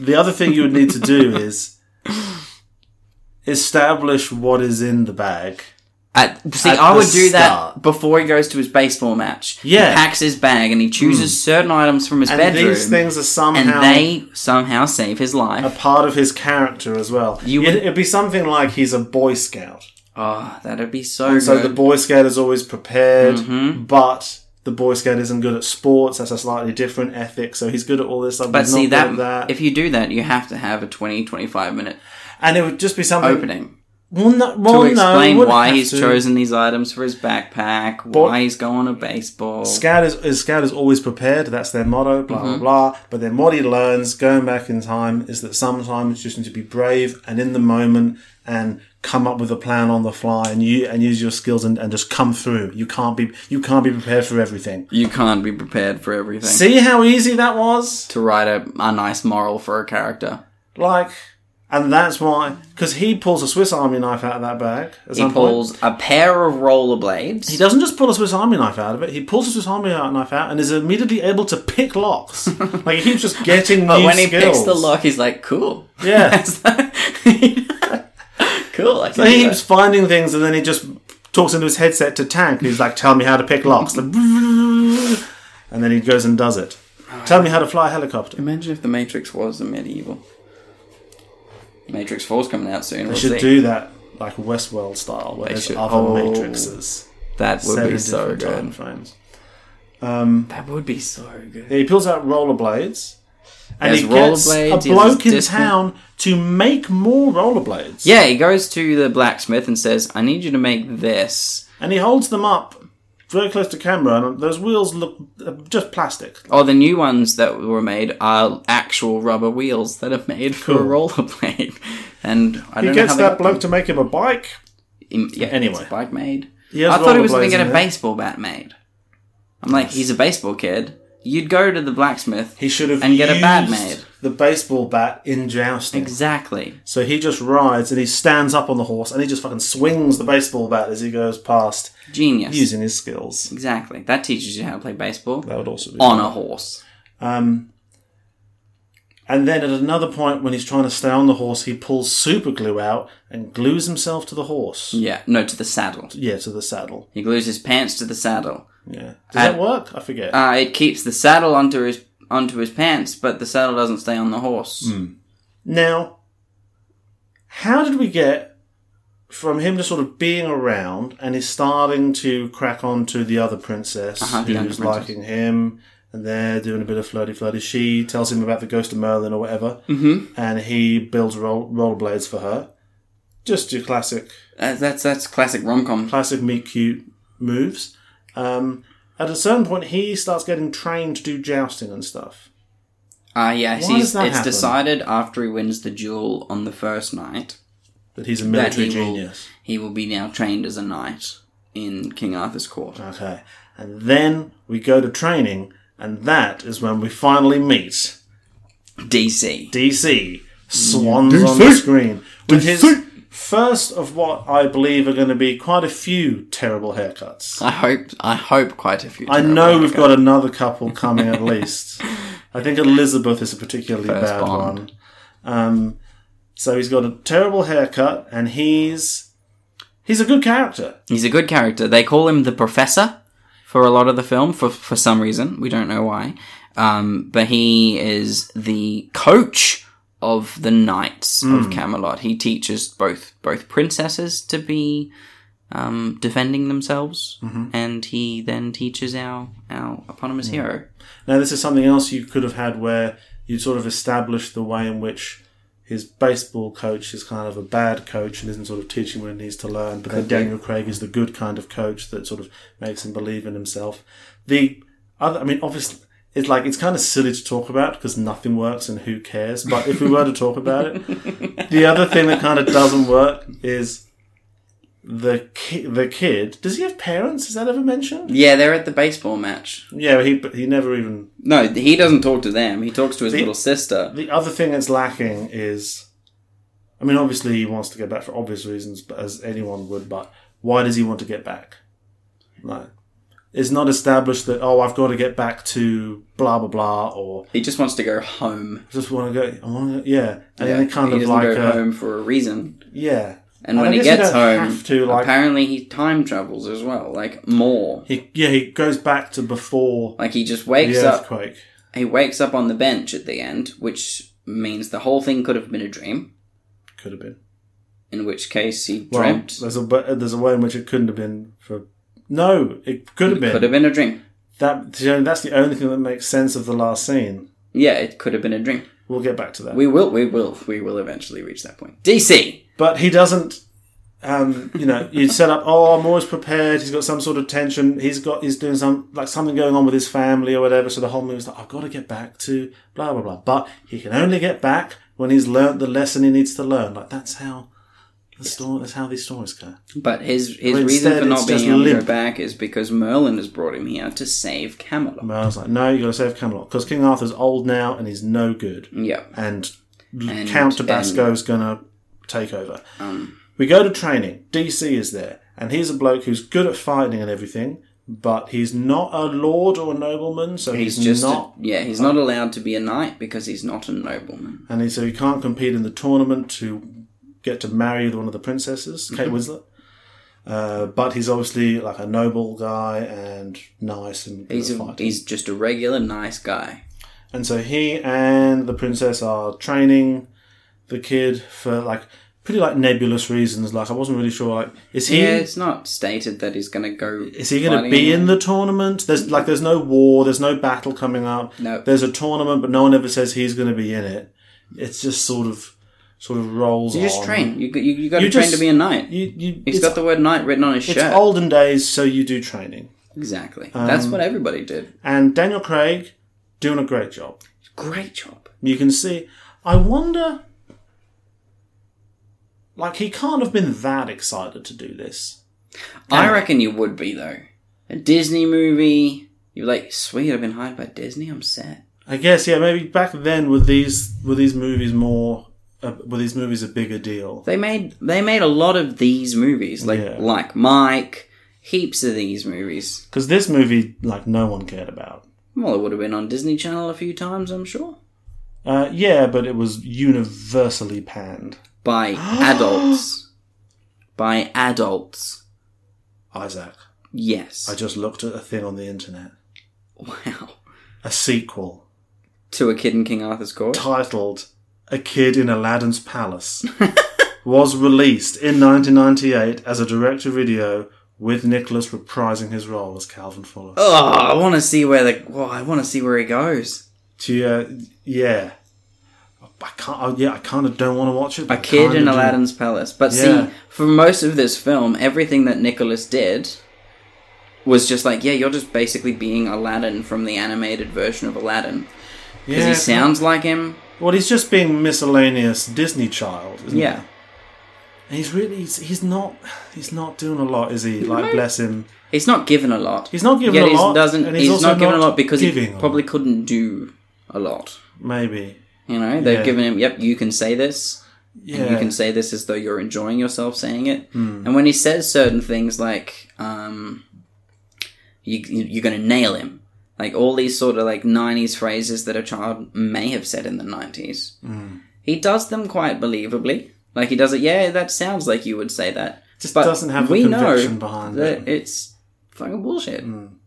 The other thing you would need to do is establish what is in the bag.
At, see,
At
I
the
would do that
start.
before he goes to his baseball match.
Yeah. Hmm.
He packs his bag and he chooses certain items from his
And
bedroom.
these things are
and
somehow
they somehow save his
a
life.
part of his character as well.
You
It'd-
would-
it'd be something like he's a Boy Scout.
Oh, that'd be so
So the
good.
Boy Scout is always prepared,
Mm-hmm.
but the Boy Scout isn't good at sports. That's a slightly different ethic. So he's good at all this stuff.
but
he's
see,
not good
that,
at that.
if you do that, you have to have a 20, 25 minute
and it would just be something.
opening.
Well, no,
to
well, oh no,
explain
wouldn't
why
have
he's
to.
chosen these items for his backpack, why he's going to baseball.
Scout is, is Scout is always prepared. That's their motto. Blah
Mm-hmm.
blah blah. But then what he learns going back in time is that sometimes you just need to be brave and in the moment and come up with a plan on the fly and you and use your skills and, and just come through. You can't be you can't be prepared for everything.
you can't be prepared for everything.
See how easy that was.
to write a, a nice moral for a character.
Like, and that's why, because he pulls a Swiss Army knife out of that bag. At
He
some Point.
pulls a pair of rollerblades.
He doesn't just pull a Swiss Army knife out of it. He pulls a Swiss Army knife out and is immediately able to pick locks. like he keeps just getting
but
new
when he picks
skills.
the lock, he's like, cool.
yeah.
It's like- cool. I can
So he
do
keeps
that.
finding things, and then he just talks into his headset to Tank. And he's like, "Tell me how to pick locks," Like, and then he goes and does it. Tell me how to fly a helicopter.
Imagine if The Matrix was a medieval. Matrix 4's coming out soon. We'll
They should
see.
do that like Westworld style, where there's
should-
other
oh,
matrices
that would
set
be
in
so
different time
good.
frames.
That would be so good.
Yeah, he pulls out rollerblades. And
Has
he gets
rollerblades,
a
he has
bloke in
disc-
town to make more rollerblades.
Yeah, he goes to the blacksmith and says, I need you to make this.
And he holds them up very close to camera, and those wheels look uh, just plastic.
Oh, the new ones that were made are actual rubber wheels that are made for a
Cool.
rollerblade. And I
He
don't
gets
know how
that bloke to make him a bike.
yeah,
Anyway.
anyway. It's a bike made.
He has
I thought he was going
rollerblades
to get
in
a
there.
baseball bat made. I'm like, he's a baseball kid. You'd go to the blacksmith.
He should have
and get a bat
used
made.
The baseball bat in jousting.
Exactly.
So he just rides and he stands up on the horse and he just fucking swings the baseball bat as he goes past,
Genius.
using his skills.
Exactly. That teaches you how to play baseball
That would also be
on a horse.
Um, and then at another point, when he's trying to stay on the horse, he pulls super glue out and glues himself to the horse.
Yeah, no, to the saddle.
Yeah, to the saddle.
He glues his pants to the saddle.
Yeah. Does that
And-
work? I forget.
Uh, it keeps the saddle onto his onto his pants, but the saddle doesn't stay
Hmm.
on the horse.
now, how did we get from him just sort of being around and he's starting to crack on to the other princess
Uh-huh, the
who's
younger princess.
liking him and they're doing a bit of flirty flirty. She tells him about the ghost of Merlin or whatever mm-hmm. and he builds roll, rollerblades for her. Just your classic
That's Uh, that's, that's classic rom com.
classic meet cute moves. Um, at a certain point, he starts getting trained to do jousting and stuff.
Ah, yes,
Why
he's,
does that
it's
happen?
decided after he wins the duel on the first night
That he's a military
he will-
genius.
he will be now trained as a knight in King Arthur's court.
Okay. And then we go to training, and that is when we finally meet
DC.
DC Swans on the screen with his first of what I believe are going to be quite a few terrible haircuts.
I hope. I hope quite a few.
I
terrible
know we've
haircuts.
got another couple coming at least. I think Elizabeth is a particularly
First
bad
Bond.
one. Um, so he's got a terrible haircut, and he's he's a good character.
He's a good character. They call him the Professor for a lot of the film for for some reason. We don't know why. Um, but he is the coach of the Knights
Hmm.
of Camelot. He teaches both both princesses to be um, defending themselves,
Mm-hmm.
and he then teaches our our eponymous
Hmm.
hero.
Now, this is something else you could have had where you sort of establish the way in which his baseball coach is kind of a bad coach and isn't sort of teaching what he needs to learn, but then
Could be.
Daniel Craig is the good kind of coach that sort of makes him believe in himself. The other, I mean, obviously, it's like it's kind of silly to talk about because nothing works and who cares. But if we were to talk about it, the other thing that kind of doesn't work is the ki- the kid. Does he have parents? Is that ever mentioned?
Yeah, they're at the baseball match.
Yeah, he but he never even
No, he doesn't talk to them. He talks to his little sister.
The other thing that's lacking is, I mean, obviously he wants to get back for obvious reasons, but as anyone would. But why does he want to get back? Like, it's not established that oh, I've got to get back to blah blah blah, or
He just wants to go home.
I just want to go. I want to, yeah,
Yeah,
and then it kind
he
of
doesn't
like
go
uh,
home for a reason.
yeah,
And
I
when he
guess you
gets
don't
home,
have to, like-
apparently he time travels as well, like more.
he yeah he goes back to before
Like he just
the
wakes up.
earthquake.
He wakes up on the bench at the end, which means the whole thing could have been a dream.
Could have been.
In which case he
Well,
dreamt.
there's a but there's a way in which it couldn't have been for. No, it could have been.
Could have been a dream.
That you know, that's the only thing that makes sense of the last scene.
Yeah, it could have been a dream.
We'll get back to that.
We will. We will. We will eventually reach that point. DC.
but he doesn't. Um, you know, you set up. Oh, I'm always prepared. He's got some sort of tension. He's got. He's doing some like something going on with his family or whatever. So the whole movie's like, I've got to get back to blah blah blah. But he can only get back when he's learnt the lesson he needs to learn. Like that's how the story. That's how these stories go.
But his his
But
reason for
instead it's
not
just
being able to go
limp.
back is because Merlin has brought him here to save Camelot.
But I was like, no, you got to save Camelot because King Arthur's old now and he's no good.
Yeah.
and,
And- um,
Count Tabasco's gonna take over. we go to training. DC is there, and he's a bloke who's good at fighting and everything, but he's not a lord or a nobleman, so he's,
He's just a-
not.
yeah. He's not allowed to be a knight because he's not a nobleman.
And he, so he can't compete in the tournament to get to marry one of the princesses, Kate
Mm-hmm.
Winslet. Uh, but he's obviously like a noble guy and nice and good
He's
at
a,
fighting.
he's just a regular nice guy.
And so he and the princess are training the kid for like pretty like nebulous reasons. Like I wasn't really sure. Like is he
yeah, it's not stated that he's going to go.
is he going to be in the tournament? There's like there's no war. There's no battle coming up.
No.
There's a tournament, but no one ever says he's going to be in it. It's just sort of sort of rolls.
You just
on.
train. You you, you got to
You
train
just-
to be a knight.
You, you,
he's
it's,
got the word knight written on his
it's
shirt.
olden days, so you do training.
exactly. That's
Um,
what everybody did.
And Daniel Craig doing a great job.
Great job.
You can see. I wonder. Like, he can't have been that excited to do this.
I reckon you would be though. A Disney movie. You're like, sweet. I've been hired by Disney. I'm set.
I guess, yeah, maybe back then with these were these movies more. Uh, were these movies a bigger deal?
They made they made a lot of these movies, like
Yeah.
like Mike. Heaps of these movies.
Because this movie, like, no one cared about.
Well, it would have been on Disney Channel a few times, I'm sure,
Uh, yeah, but it was universally panned.
by adults. By adults.
Isaac,
Yes.
I just looked at a thing on the internet.
Wow.
A sequel
To a kid in King Arthur's court.
titled "A Kid in Aladdin's Palace." was released in 1998 as a director video with Nicholas reprising his role as Calvin Fuller.
Oh, I want to see where the. Well, I want to see where he goes.
To, uh, yeah. I can't. I, yeah, I kind of don't want to watch it. but
A
I
kid
kinda
in
do.
Aladdin's palace. But
Yeah.
see, for most of this film, everything that Nicholas did was just like, yeah, you're just basically being Aladdin from the animated version of Aladdin because
Yeah,
he sounds like him.
Well, he's just being miscellaneous Disney child, isn't he?
Yeah,
And he's really he's, he's not he's not doing a lot, is he? Like bless him.
he's not given a lot.
He's not given
Yet
a
he's-
lot,
Doesn't,
and
he's
he's also
not given a
not
lot because he
giving a
probably
lot.
couldn't do a lot.
Maybe.
You know, they've
Yeah.
given him, yep, you can say this.
Yeah. Hmm.
You can say this as though you're enjoying yourself saying it. And when he says certain things like, um, you, you're going to nail him, like all these sort of like 90s phrases that a child may have said in the 90s,
Hmm.
he does them quite believably. Like he does it, yeah, that sounds like you would say that.
Just doesn't have the conviction behind Hmm.
that
it.
it's fucking bullshit.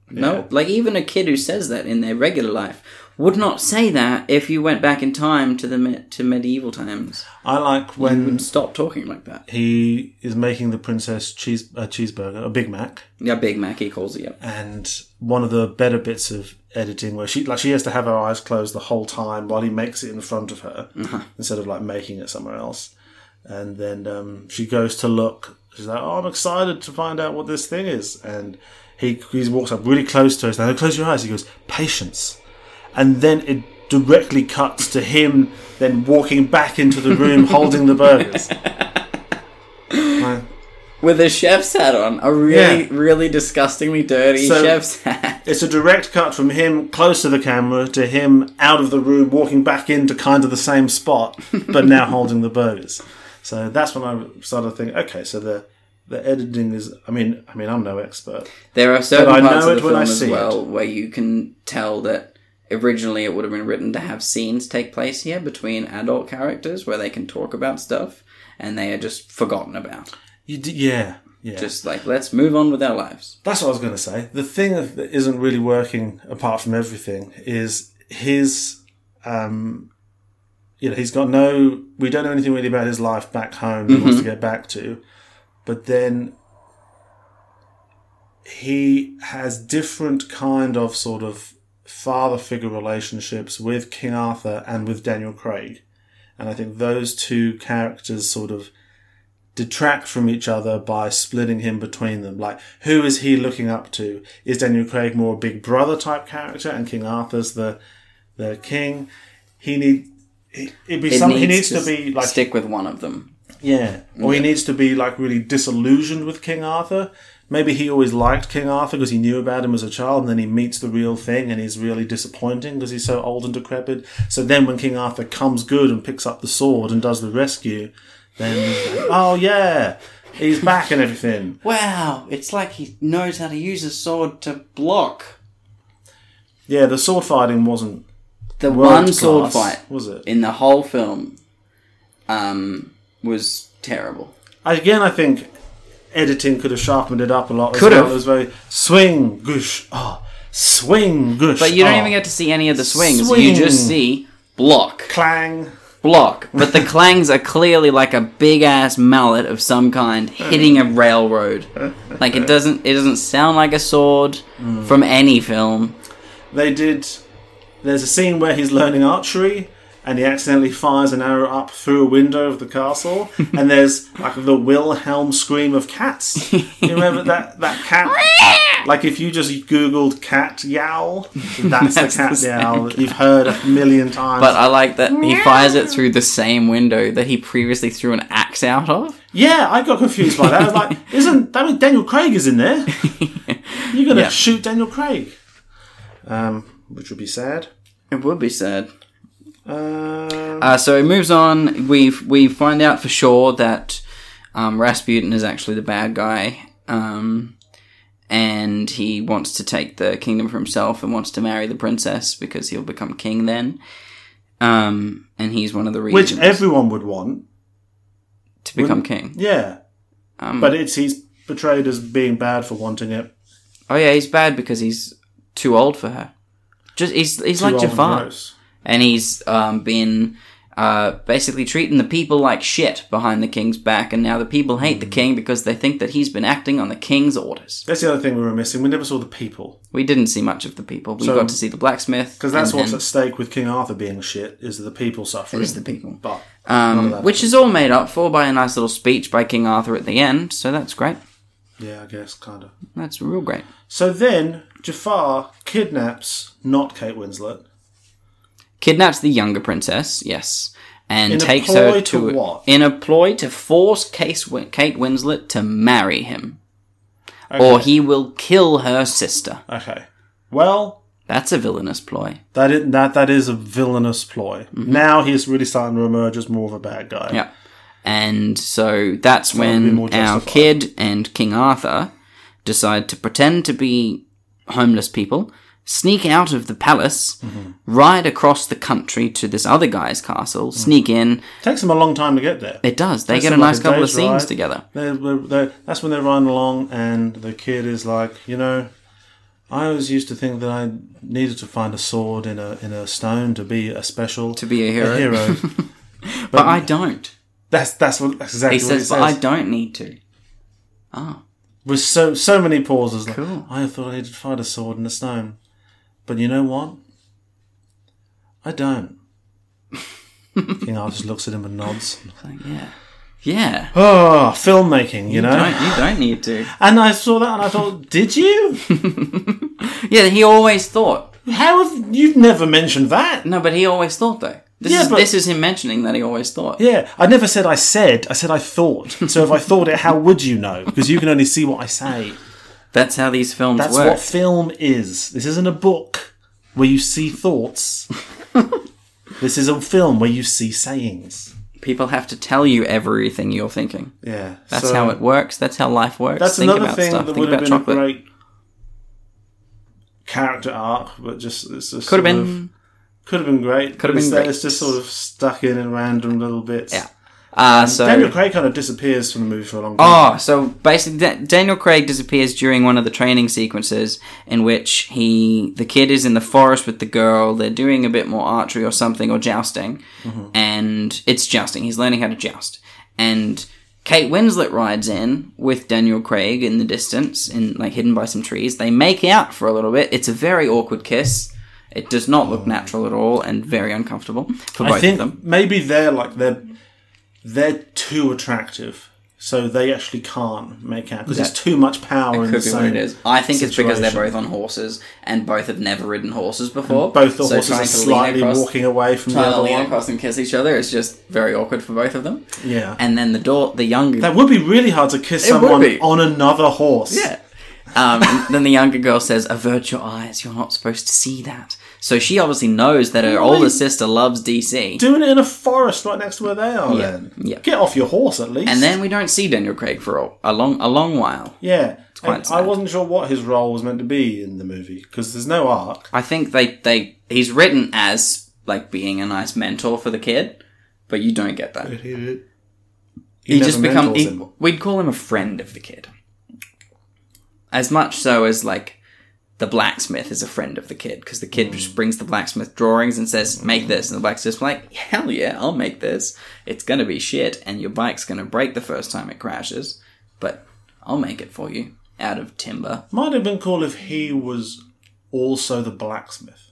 No, like even a kid who says that in their regular life would not say that if you went back in time to the me- to medieval times
I like
and
when
would stop talking like that.
he is making the princess cheese a cheeseburger, a Big Mac,
Yeah, Big Mac, he calls it. Yep.
and one of the better bits of editing where she like she has to have her eyes closed the whole time while he makes it in front of her instead of like making it somewhere else. And then um, she goes to look. She's like, "Oh, I'm excited to find out what this thing is." And he he walks up really close to her. He's like, "Close your eyes." He goes, "Patience." and then it directly cuts to him then walking back into the room holding the burgers. Like,
With a chef's hat on, a really,
Yeah.
really disgustingly dirty
So-
chef's hat.
It's a direct cut from him close to the camera to him out of the room walking back into kind of the same spot, but now holding the burgers. So that's when I started thinking, okay, so the the editing is. I mean, I mean, I'm no expert.
There are certain
I
parts
know
of the
it when
film
I
as
see
well where you can tell that originally it would have been written to have scenes take place here between adult characters where they can talk about stuff and they are just forgotten about.
You d- yeah, yeah.
Just like let's move on with our lives.
That's what I was going to say. The thing that isn't really working, apart from everything, is his. Um, you know, he's got no. We don't know anything really about his life back home. He wants to get back to, but then he has different kind of sort of father figure relationships with King Arthur and with Daniel Craig, and I think those two characters sort of detract from each other by splitting him between them. Like, who is he looking up to? Is Daniel Craig more a big brother type character, and King Arthur's the the king? He need he- it'd be
It
some, he needs to, be like
stick with one of them.
yeah, or he needs to be like really disillusioned with King Arthur. Maybe he always liked King Arthur because he knew about him as a child, and then he meets the real thing, and he's really disappointing because he's so old and decrepit. So then, when King Arthur comes good and picks up the sword and does the rescue, then he's like, oh yeah, he's back and everything.
Wow, it's like he knows how to use a sword to block.
Yeah, the sword fighting wasn't
The
world
one sword
class,
fight
was it?
in the whole film um, was terrible.
Again, I think editing could have sharpened it up a lot. as
Could
well.
have.
It was very swing goosh ah, swing goosh.
But you don't
ah,
even get to see any of the swings. You
Swing.
just see block,
clang.
block. But the clangs are clearly like a big ass mallet of some kind hitting a railroad. Like it doesn't it doesn't sound like a sword from any film.
they did there's a scene where he's learning archery and he accidentally fires an arrow up through a window of the castle and there's like the wilhelm scream of cats you remember that that cat like if you just googled cat yowl that's,
That's
the cat
the same
yowl that you've heard a million times
But uh, I like that he fires it through the same window that he previously threw an axe out of.
yeah i got confused by that i was like isn't that mean daniel craig is in there you're gonna
Yeah.
shoot daniel craig um, which would be sad
It would be sad.
uh,
Uh, so it moves on. We we find out for sure that um, Rasputin is actually the bad guy, um, and he wants to take the kingdom for himself and wants to marry the princess because he'll become king then. Um, and he's one of the
which
reasons
everyone would want
to become king.
Yeah,
Um,
but it's he's portrayed as being bad for wanting it.
Oh yeah, he's bad because he's too old for her. Just he's he's like
Too old and
Jafar,
gross.
and he's um, been uh, basically treating the people like shit behind the king's back, and now the people hate the
Mm.
king because they think that he's been acting on the king's orders.
That's the other thing we were missing. We never saw the people
We didn't see much of the people. We
So-
got to see the blacksmith.
because that's
and-
what's
and-
at stake with King Arthur being shit is the people suffering.
It is the people.
but none of
Um,
that
which is all made up for by a nice little speech by King Arthur at the end, so that's great.
yeah, I guess kind of.
That's real great.
So then Jafar kidnaps not Kate Winslet
Kidnaps the younger princess, yes, and
In a
takes
ploy
her
to
to,
what?
in a ploy to force Case Win- Kate Winslet to marry him, or he will kill her sister.
Okay. Well,
That's a villainous ploy.
that is, that that is a villainous ploy. Now he's really starting to emerge as more of a bad guy.
Mm-hmm. Yeah. And so that's
it'd be
when
more
our
justified.
kid and King Arthur decide to pretend to be homeless people, sneak out of the palace,
Mm-hmm.
ride across the country to this other guy's castle, sneak in.
Takes him a long time to get there.
It does. They
Takes
get a
Mm. them like
nice couple of
day's
scenes
ride.
together.
They're, they're, they're- that's when they're riding along, and the kid is like, you know, I always used to think that I needed to find a sword in a in a stone to be a special to
be a hero."
but
But I don't.
that's that's what that's exactly
He
what he
says,
says.
but I don't need to.
With so so many pauses, like,
Cool.
I thought I needed to find a sword in a stone, but you know what? I don't. King Arthur just looks at him and nods.
Like, yeah. Yeah.
Oh, filmmaking, you, know.
Don't, you don't need to.
And I saw that, and I thought, did you?
Yeah, he always thought.
How have you've never mentioned that?
No, but he always thought, though. This,
Yeah,
is,
but-
this is him mentioning that he always thought.
Yeah, I never said I said. I said I thought. So if I thought it, how would you know? Because you can only see what I say.
That's how these films
That's
work.
what film is. This isn't a book where you see thoughts. this is a film where you see sayings.
People have to tell you everything you're thinking.
Yeah,
That's how it works. That's how life works.
That's
Think
another
about
thing
stuff.
that
Think
would have
about
been
chocolate.
a great character arc, but just it's just
Could have
sort of-
been.
could have been great.
Could have been
but instead
great.
It's just sort of stuck in in random little bits.
Yeah. Uh, so
Daniel Craig kind of disappears from the movie for a long time.
Oh, so basically, Da- Daniel Craig disappears during one of the training sequences in which he, the kid, is in the forest with the girl. They're doing a bit more archery or something or jousting,
Mm-hmm.
and it's jousting. He's learning how to joust, and Kate Winslet rides in with Daniel Craig in the distance, in like hidden by some trees. They make out for a little bit. It's a very awkward kiss. It does not look natural at all, and very uncomfortable for both
Oh. I think
of them.
maybe they're like they're they're too attractive, so they actually can't make out because it's too much power. in
Could
the
be what
same
it is. I think it's because they're
situation.
both on horses and both have never ridden horses before.
both the
So
horses
trying
are
to lean
slightly
across-
walking away from the
Trying to
other
lean
one.
across and kiss each other is just very awkward for both of them.
Yeah, and
And then the door, the younger
that would be really hard to kiss
It would
someone
be.
on another horse.
yeah. Um, and then the younger girl says, "Avert your eyes. You're not supposed to see that." So she obviously knows that her older sister loves DC.
doing it in a forest right next to where they are.
Yeah,
Then
yeah.
get off your horse at least.
And then we don't see Daniel Craig for a, a long, a long while.
yeah.
quite
And I
sad.
wasn't sure what his role was meant to be in the movie because there's no arc.
I think they they he's written as like being a nice mentor for the kid, but you don't get that.
He,
he just
never
become
mentors
he-
him.
we'd call him a friend of the kid as much so as like the blacksmith is a friend of the kid because the kid
Mm.
just brings the blacksmith drawings and says make this and the blacksmith's like hell yeah i'll make this it's gonna be shit and your bike's gonna break the first time it crashes but i'll make it for you out of timber
Might have been cool if he was also the blacksmith.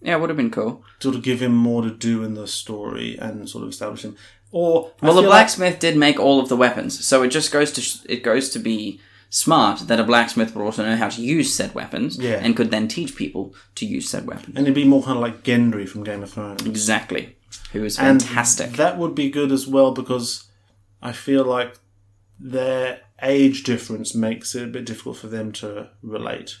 yeah it would have been cool
Sort of give him more to do in the story and sort of establish him. Or I
well the
feel like-
blacksmith did make all of the weapons so it just goes to sh- it goes to be smart that a blacksmith would also know how to use said weapons
Yeah.
and could then teach people to use said weapons
and he'd be more kind of like Gendry from Game of Thrones.
exactly who is
And
fantastic
that would be good as well because I feel like their age difference makes it a bit difficult for them to relate.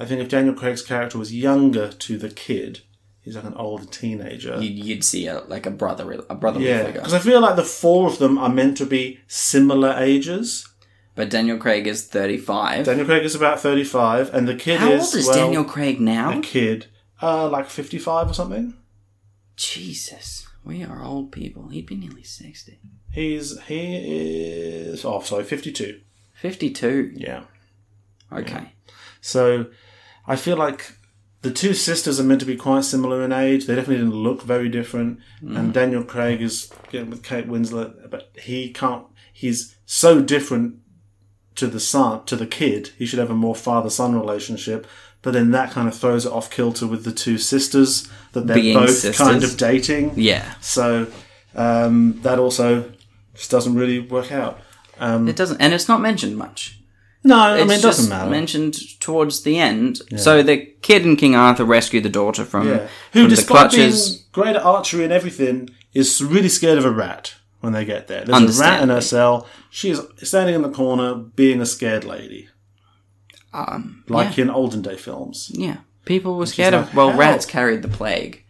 I think if Daniel Craig's character was younger to the kid, he's like an older teenager.
you'd, you'd see a, like a brother a brotherly
yeah,
figure
because I feel like the four of them are meant to be similar ages.
but daniel craig is 35
Daniel Craig is about 35, and the kid
how
is.
old is
well,
daniel craig now
A kid. Uh, like 55 or something.
jesus we are old people he'd be nearly 60
He's. He is. Oh, sorry, 52.
52
Yeah.
okay
So I feel like the two sisters are meant to be quite similar in age. They definitely didn't look very different.
Mm.
And Daniel Craig is getting with Kate Winslet, but he can't. He's so different to the son, to the kid. He should have a more father-son relationship. But then that kind of throws it off kilter with the two sisters that they're
Being
both
sisters.
kind of dating.
Yeah.
So um, that also just doesn't really work out. Um,
It doesn't, and it's not mentioned much.
No, I
It's
mean it
just
doesn't matter.
mentioned towards the end. So the kid and King Arthur rescue the daughter from,
Yeah. Who,
Mm. from the
despite being
clutches.
great at archery and everything, is really scared of a rat when they get there. There's a rat in
Understandably.
her cell. She is standing in the corner being a scared lady,
um,
like
yeah,
in olden day films.
yeah, people were scared of.
like,
Well,
"How?"
rats carried the plague.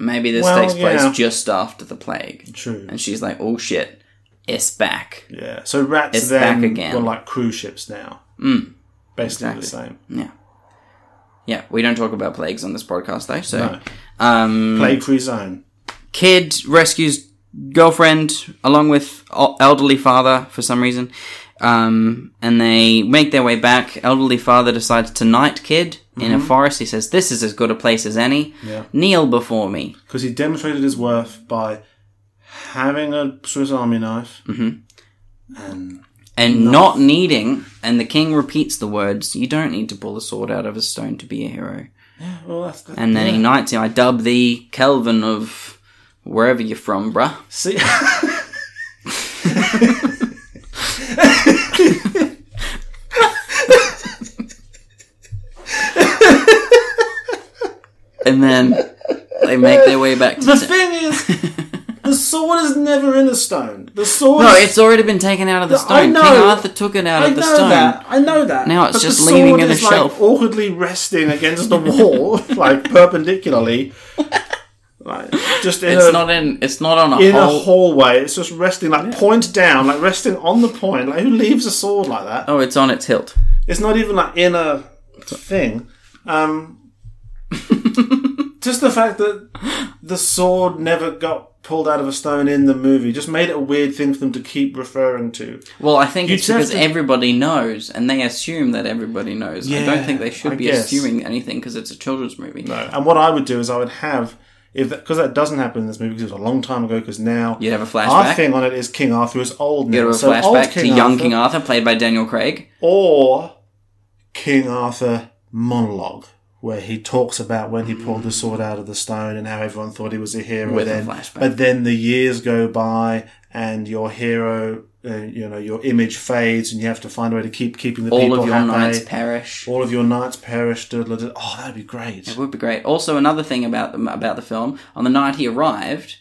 Maybe this
Well,
takes place
yeah.
just after the plague,
True.
and she's like, "Oh shit, it's back."
Yeah. So rats
It's
then
back again. Mm.
were like cruise ships now. Basically the same.
Yeah, yeah. We don't talk about plagues on this podcast though, so.
No.
Um,
Plague free zone.
kid rescues girlfriend along with el- elderly father for some reason um, and they make their way back elderly father decides to knight kid in a forest he says this is as good a place as any
Mm-hmm. Yeah.
kneel before me
Because he demonstrated his worth by having a Swiss Army knife.
Mm.
And
and not needing and the king repeats the words you don't need to pull a sword out of a stone to be a hero
well, that's, that,
and then he knights him i dub thee kelvin of wherever you're from bruh
see,
and then they make their way back to
the
t-
thing is, the sword is never in a stone. The sword.
No,
is-
it's already been taken out of the
No, I
stone.
know.
King Arthur took it out
I
of the
know
stone.
that. I know that.
Now it's
But
just
the
leaning
sword
in a
is,
shelf.
like awkwardly resting against the wall, like perpendicularly, like just in
It's
a
not in. It's not on a
in a
hole.
hallway. It's just resting, like point down, like resting on the point. Like who leaves a sword like that?
Oh, it's on its hilt.
It's not even like in a thing. Um, just the fact that the sword never got pulled out of a stone in the movie just made it a weird thing for them to keep referring to.
Well, I think
You'd
it's
have
because
to-
everybody knows, and they assume that everybody knows. I don't
Yeah,
think they should
I
be
guess.
assuming anything because it's a children's movie.
No. And what I would do is I would have if because that, doesn't happen in this movie because it was a long time ago. Because now
You'd have a flashback?
Our thing on it is King Arthur is old now.
You have a
so old
flashback to
King
young
Arthur
King Arthur, played by Daniel Craig.
or King Arthur monologue. Where he talks about when he pulled the sword out of the stone and how everyone thought he was a hero.
Hmm. With a
then,
flashback.
but then the years go by and your hero, uh, you know, your image fades, and you have to find a way to keep keeping the
All
people
of your
happy.
knights perish.
all of your knights perish. da- da- da. Oh, that'd be great.
It would be great. Also, another thing about the about the film: on the night he arrived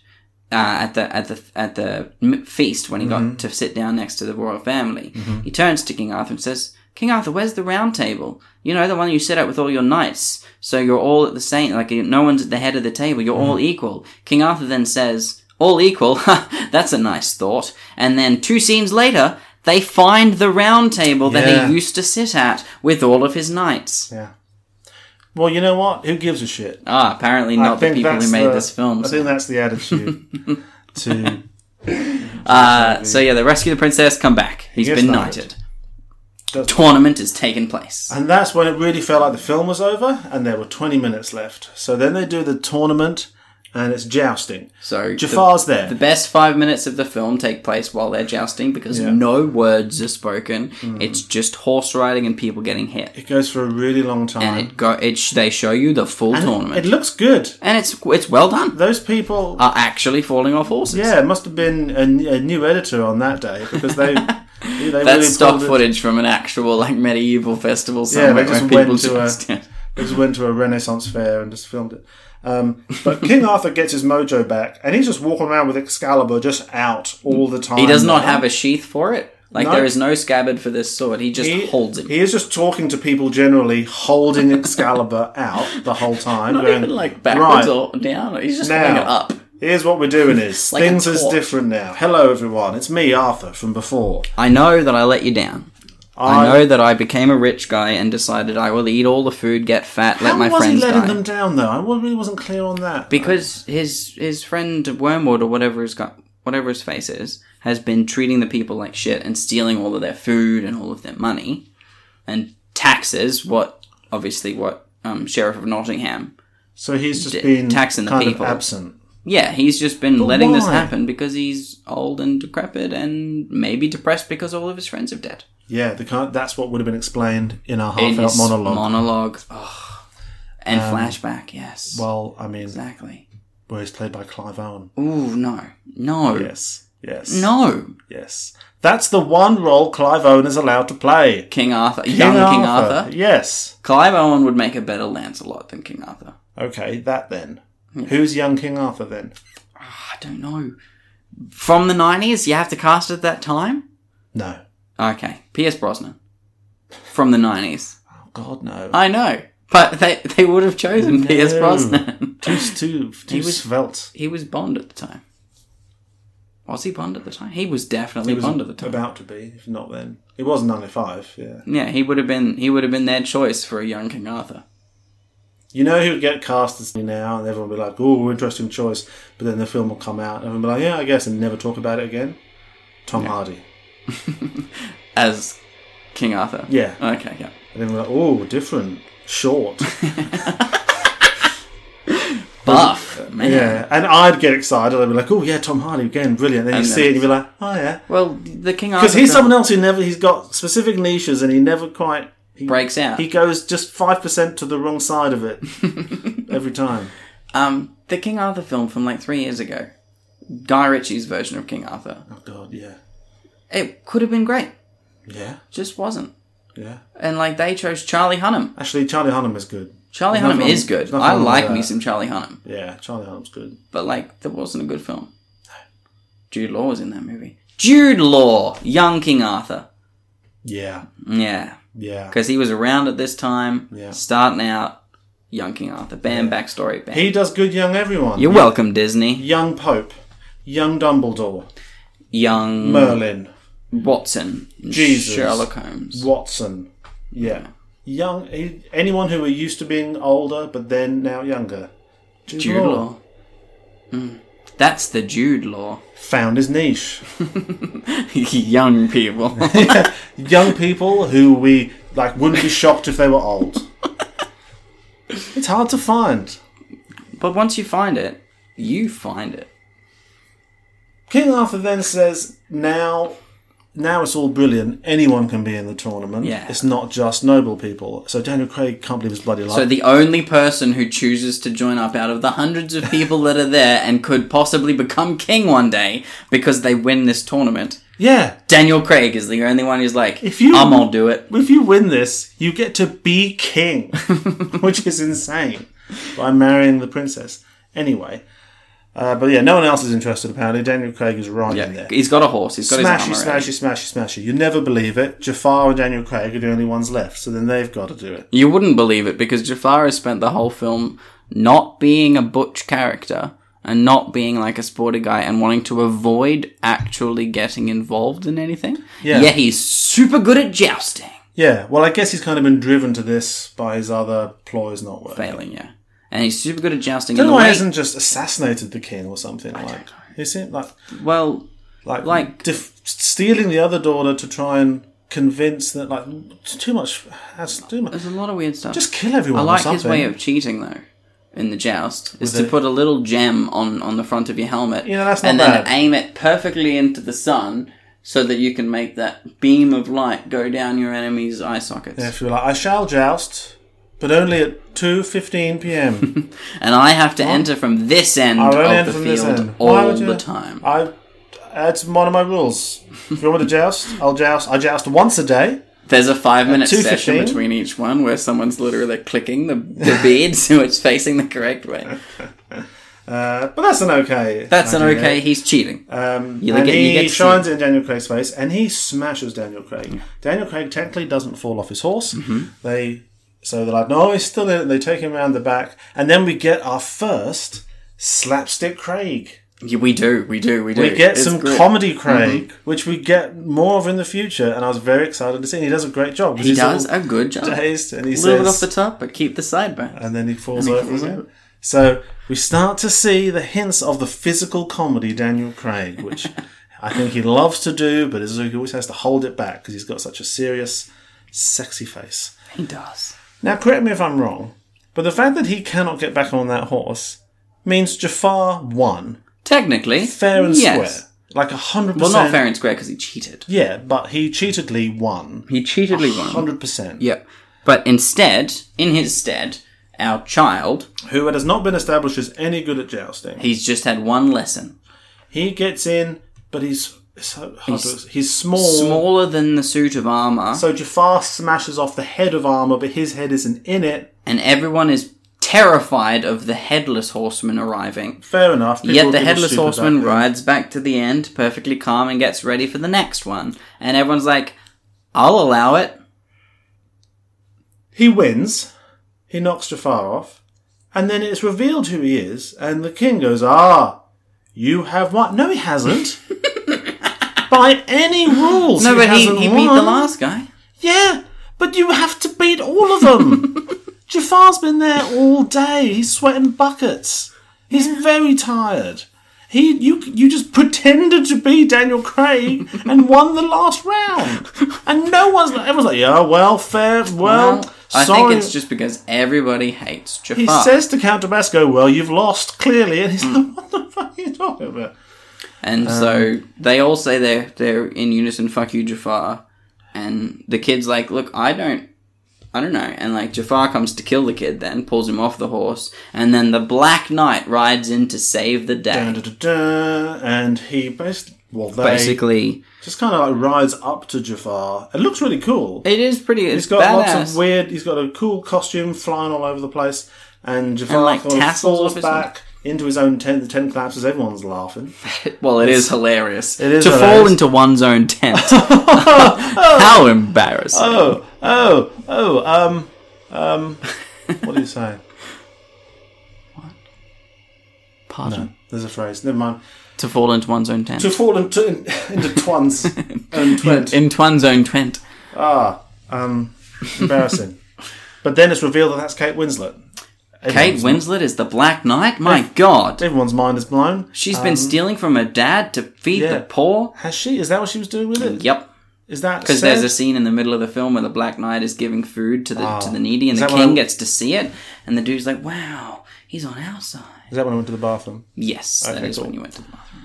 uh, at the at the at the m- feast, when he got to sit down next to the royal family, he turns to King Arthur and says, "King Arthur, where's the round table? You know, the one you set up with all your knights, so you're all at the same. Like no one's at the head of the table. You're all equal." King Arthur then says, "All equal? Ha, That's a nice thought." And then two scenes later. They find the round table that
Yeah.
he used to sit at with all of his knights.
Yeah. Well, you know what? Who gives a shit?
Ah, apparently not the people who
that's
made
the-
this film.
I think that's the attitude to
Uh, so yeah, they rescue the princess, come back. He's
gets
been
knighted.
knighted.
Does-
Tournament has taken place.
And that's when it really felt like the film was over and there were 20 minutes left. So then they do the tournament and it's jousting.
So
Jafar's
the,
there.
The best five minutes of the film take place while they're jousting because no words are spoken.
Hmm.
It's just horse riding and people getting hit.
It goes for a really long time.
And it go. It sh- they show you the full
And
tournament, Ah.
It looks good.
and it's it's well done.
Those people.
Are actually falling off horses.
yeah, it must have been a, n- a new editor on that day because they. they
That's
really
stock
pulled it-
footage from an actual like medieval festival somewhere
they just
where people
went to a-
just
They just went to a Renaissance fair and just filmed it. Um, but King Arthur gets his mojo back and he's just walking around with Excalibur just out all the time.
He does not
now.
have a sheath for it. Like
No.
there is no scabbard for this sword. He just holds it.
He is just talking to people generally, holding Excalibur out the whole time.
not
going,
even like backwards
"Right,
or down. He's just
Now.
holding it up.
Here's what we're doing is
Like a
things is
torch.
different now. Hello everyone, it's me Arthur from before.
I know that I let you down. I, know that I became a rich guy and decided I will eat all the food, get fat, let
How
my
was he
friends
letting
die.
them down though? I really wasn't clear on that.
because his his friend Wormwood or whatever his got whatever his face is has been treating the people like shit and stealing all of their food and all of their money and taxes. What obviously what um, sheriff of Nottingham.
So he's just
D-
been
taxing the
kind
people.
of absent.
Yeah, he's just been letting this
why?
happen because he's old and decrepit and maybe depressed because all of his friends are dead.
Yeah, the kind, that's what would have been explained in our
In
heartfelt
his
monologue. Um,
monologue. Ugh. And flashback, yes.
well, I mean,
exactly.
where he's played by Clive Owen.
Ooh, no. No.
Yes, yes,
Mm. No.
yes. That's the one role Clive Owen is allowed to play.
King Arthur. Young King Arthur.
Yes.
Clive Owen would make a better Lancelot than King Arthur.
Okay, that then.
Hmm.
Who's young King Arthur then?
Ah, I don't know. From the 90s, you have to cast at that time?
No.
Okay. Pierce Brosnan. From the 90s.
Oh, God, no.
I know. But they, they would have chosen Pierce
No.
Brosnan.
too too, too
He was-
svelte.
he was Bond at the time. Was he Bond at the time? He was definitely
He was
Bond at the time.
about to be, if not then. It was 95, yeah.
yeah, he would have been he would have been their choice for a young King Arthur.
You know he would get cast as now, and everyone would be like, "Oh, interesting choice," but then the film will come out, and everyone will be like, "Yeah, I guess," and never talk about it again. Tom Hardy,
As King Arthur.
Yeah.
Okay, yeah.
and then we're like, "Oh, different, short."
Buff. Man.
yeah, and I'd get excited. I'd be like, "Oh yeah, Tom Hardy again, brilliant." Then
And
you
then
see it,
it's-
and you'd be like, "Oh yeah,"
Well, the King Arthur
because he's
film
someone else who never he's got specific niches, and he never quite he,
breaks out.
He goes just five percent to the wrong side of it every time.
Um, the King Arthur film from like three years ago, Guy Ritchie's version of King Arthur.
Oh god, yeah,
It could have been great,
yeah,
just wasn't.
yeah.
And like they chose Charlie Hunnam.
Actually, Charlie Hunnam is good.
Charlie
There's
Hunnam
nothing-
is good.
there's nothing
I
wrong with uh,
like me
that.
some Charlie Hunnam,
Yeah, Charlie Hunnam's good.
but like that wasn't a good film. Jude Law was in that movie. Jude Law, young King Arthur.
Yeah,
Yeah,
yeah.
because he was around at this time,
Yeah.
starting out. Young King Arthur, bam, backstory, bam.
He does good young everyone.
You're welcome, Disney.
Young Pope, young Dumbledore,
Young
Merlin,
Watson, and
Jesus.
Sherlock Holmes.
Watson. Yeah. Young he- anyone who were used to being older but then now younger. Jude,
Jude
Law
Law. Mm. That's the Jude Law.
found his niche.
Young people.
young people who we like wouldn't be shocked if they were old. it's hard to find.
but once you find it, you find it.
King Arthur then says, "Now, now it's all brilliant. Anyone can be in the tournament.
Yeah.
It's not just noble people." So Daniel Craig can't believe his bloody life.
So the only person who chooses to join up out of the hundreds of people that are there and could possibly become king one day because they win this tournament,
yeah,
Daniel Craig is the only one who's like,
If you-
I'm gonna do it.
if you win this, you get to be king, which is insane by marrying the princess. Anyway, uh, but yeah, no one else is interested. Apparently, Daniel Craig is right in
Yeah,
there.
he's got a horse. He's got
Smashy,
his eh? armor. ready.
smashy, smashy, smashy. You never believe it. Jafar and Daniel Craig are the only ones left, so then they've got to do it.
You wouldn't believe it because Jafar has spent the whole film not being a butch character and not being like a sporty guy and wanting to avoid actually getting involved in anything.
Yeah.
Yet he's super good at jousting.
Yeah, well, I guess he's kind of been driven to this by his other ploys not working.
Failing, yeah. And he's super good at jousting.
I don't
in
know
the
why
way,
he hasn't just assassinated the king or something like. You see, like,
well,
like,
Like-
def- stealing the other daughter to try and convince that, like, it's too much. That's too much.
there's a lot of weird stuff.
Just kill everyone.
I
or
like
something.
his way of cheating though. In the joust is
With
to
a-
put a little gem on on the front of your helmet,
Yeah, that's not
and
bad.
then aim it perfectly into the sun, so that you can make that beam of light go down your enemy's eye sockets.
If you're like, I shall joust, but only at two fifteen p.m.
And I have to enter from this end
I'll only
of
end
the
from this
field
end. Why
all
would you- Uh,
the time.
I. That's one of my rules. If you want to joust, I'll joust. I joust once a day.
There's a five minute
2:15?
session between each one where someone's literally clicking the, the bead so it's facing the correct way.
Uh, but that's an okay.
That's an
idea.
okay, he's cheating.
Um,
You
and
get- you
he
get to see
shines in Daniel Craig's face, and he smashes Daniel Craig. Daniel Craig technically doesn't fall off his horse.
Mm-hmm.
They so they're like, no, he's still in it. They take him around the back, and then we get our first slapstick Craig.
Yeah, we do, we do, we do.
We get
It's Mm-hmm.
some
good.
comedy Craig, which we get more of in the future, and I was very excited to see. And he does a great job.
He does a good job. A
dazed, and he
little bit
says,
off the top, but keep the sideburn.
and then he falls
And he
over.
falls
again.
over.
So we start to see the hints of the physical comedy Daniel Craig, which I think he loves to do, but he always has to hold it back because he's got such a serious, sexy face.
He does.
Now, correct me if I'm wrong. But the fact that he cannot get back on that horse means Jafar won
Technically,
fair and
yes.
square, like a hundred
Well,
percent.
not fair and square because he cheated.
Yeah, but he cheatedly won.
He cheatedly won.
Hundred percent.
Yep. But instead, in his stead, our child,
Who has not been established as any good at jousting.
he's just had one lesson.
He gets in, but he's so hard
He's
to, he's small.
Smaller than the suit of armor,
Oh. So Jafar smashes off the head of armor, but his head isn't in it.
and everyone is terrified of the headless horseman arriving.
Fair enough. people
Yet the
give a
headless
shit about
horseman
that.
rides back to the end, perfectly calm, and gets ready for the next one. And everyone's like, I'll allow it.
He wins. He knocks Jafar off, and then it's revealed who he is, and the king goes, "Ah, you have won." No, he hasn't. By any rules,
No, but he,
hasn't
he beat the
won.
last guy.
Yeah, but you have to beat all of them. Jafar's been there all day. He's sweating buckets. He's very tired. He, you, you just pretended to be Daniel Craig and won the last round, and no one's like, everyone's like, yeah, well, fair, well,
Well, I
sorry.
think it's just because everybody hates Jafar.
he says to Count Tabasco, "Well, you've lost clearly," and he's
Hmm.
like, "What the fuck are you talking about?"
And so
Um,
they all say they're they're in unison, fuck you, Jafar. And the kid's like, Look, I don't I don't know. And like Jafar comes to kill the kid then, pulls him off the horse, and then the Black Knight rides in to save the
Dun,
day.
dun, dun, dun. And he basically, well, they
Basically
just kind of like rides up to Jafar. It looks really cool.
it is pretty it's
He's got
badass.
lots of weird. He's got a cool costume flying all over the place, and Jafar
And, like,
kind of
tassels
falls
off his
back into his own tent. The tent collapses. Everyone's laughing.
well it is hilarious.
it is
to fall
hilarious.
into one's own tent. How embarrassing.
Oh, oh, oh. Um, um. What do you say?
Pardon.
There's a phrase. Never mind.
To fall into one's own tent.
To fall into into twans and twent.
in one's own tent.
Ah, um, embarrassing. but then it's revealed that that's Kate Winslet.
Kate
Everyone's-
Winslet is the Black Knight? My god.
Everyone's mind is blown.
She's been stealing from her dad to feed
Um, yeah.
the poor.
Has she? Is that what she was doing with it?
Yep.
Is that
Because there's a
said?
scene in the middle of the film where the Black Knight is giving food to the to the needy, and
Oh. Is
the
that when
king
I-
gets to see it, and the dude's like, "Wow, he's on our side."
Is that when I went to the bathroom?
Yes, that
Okay,
is when
cool.
you went to the bathroom.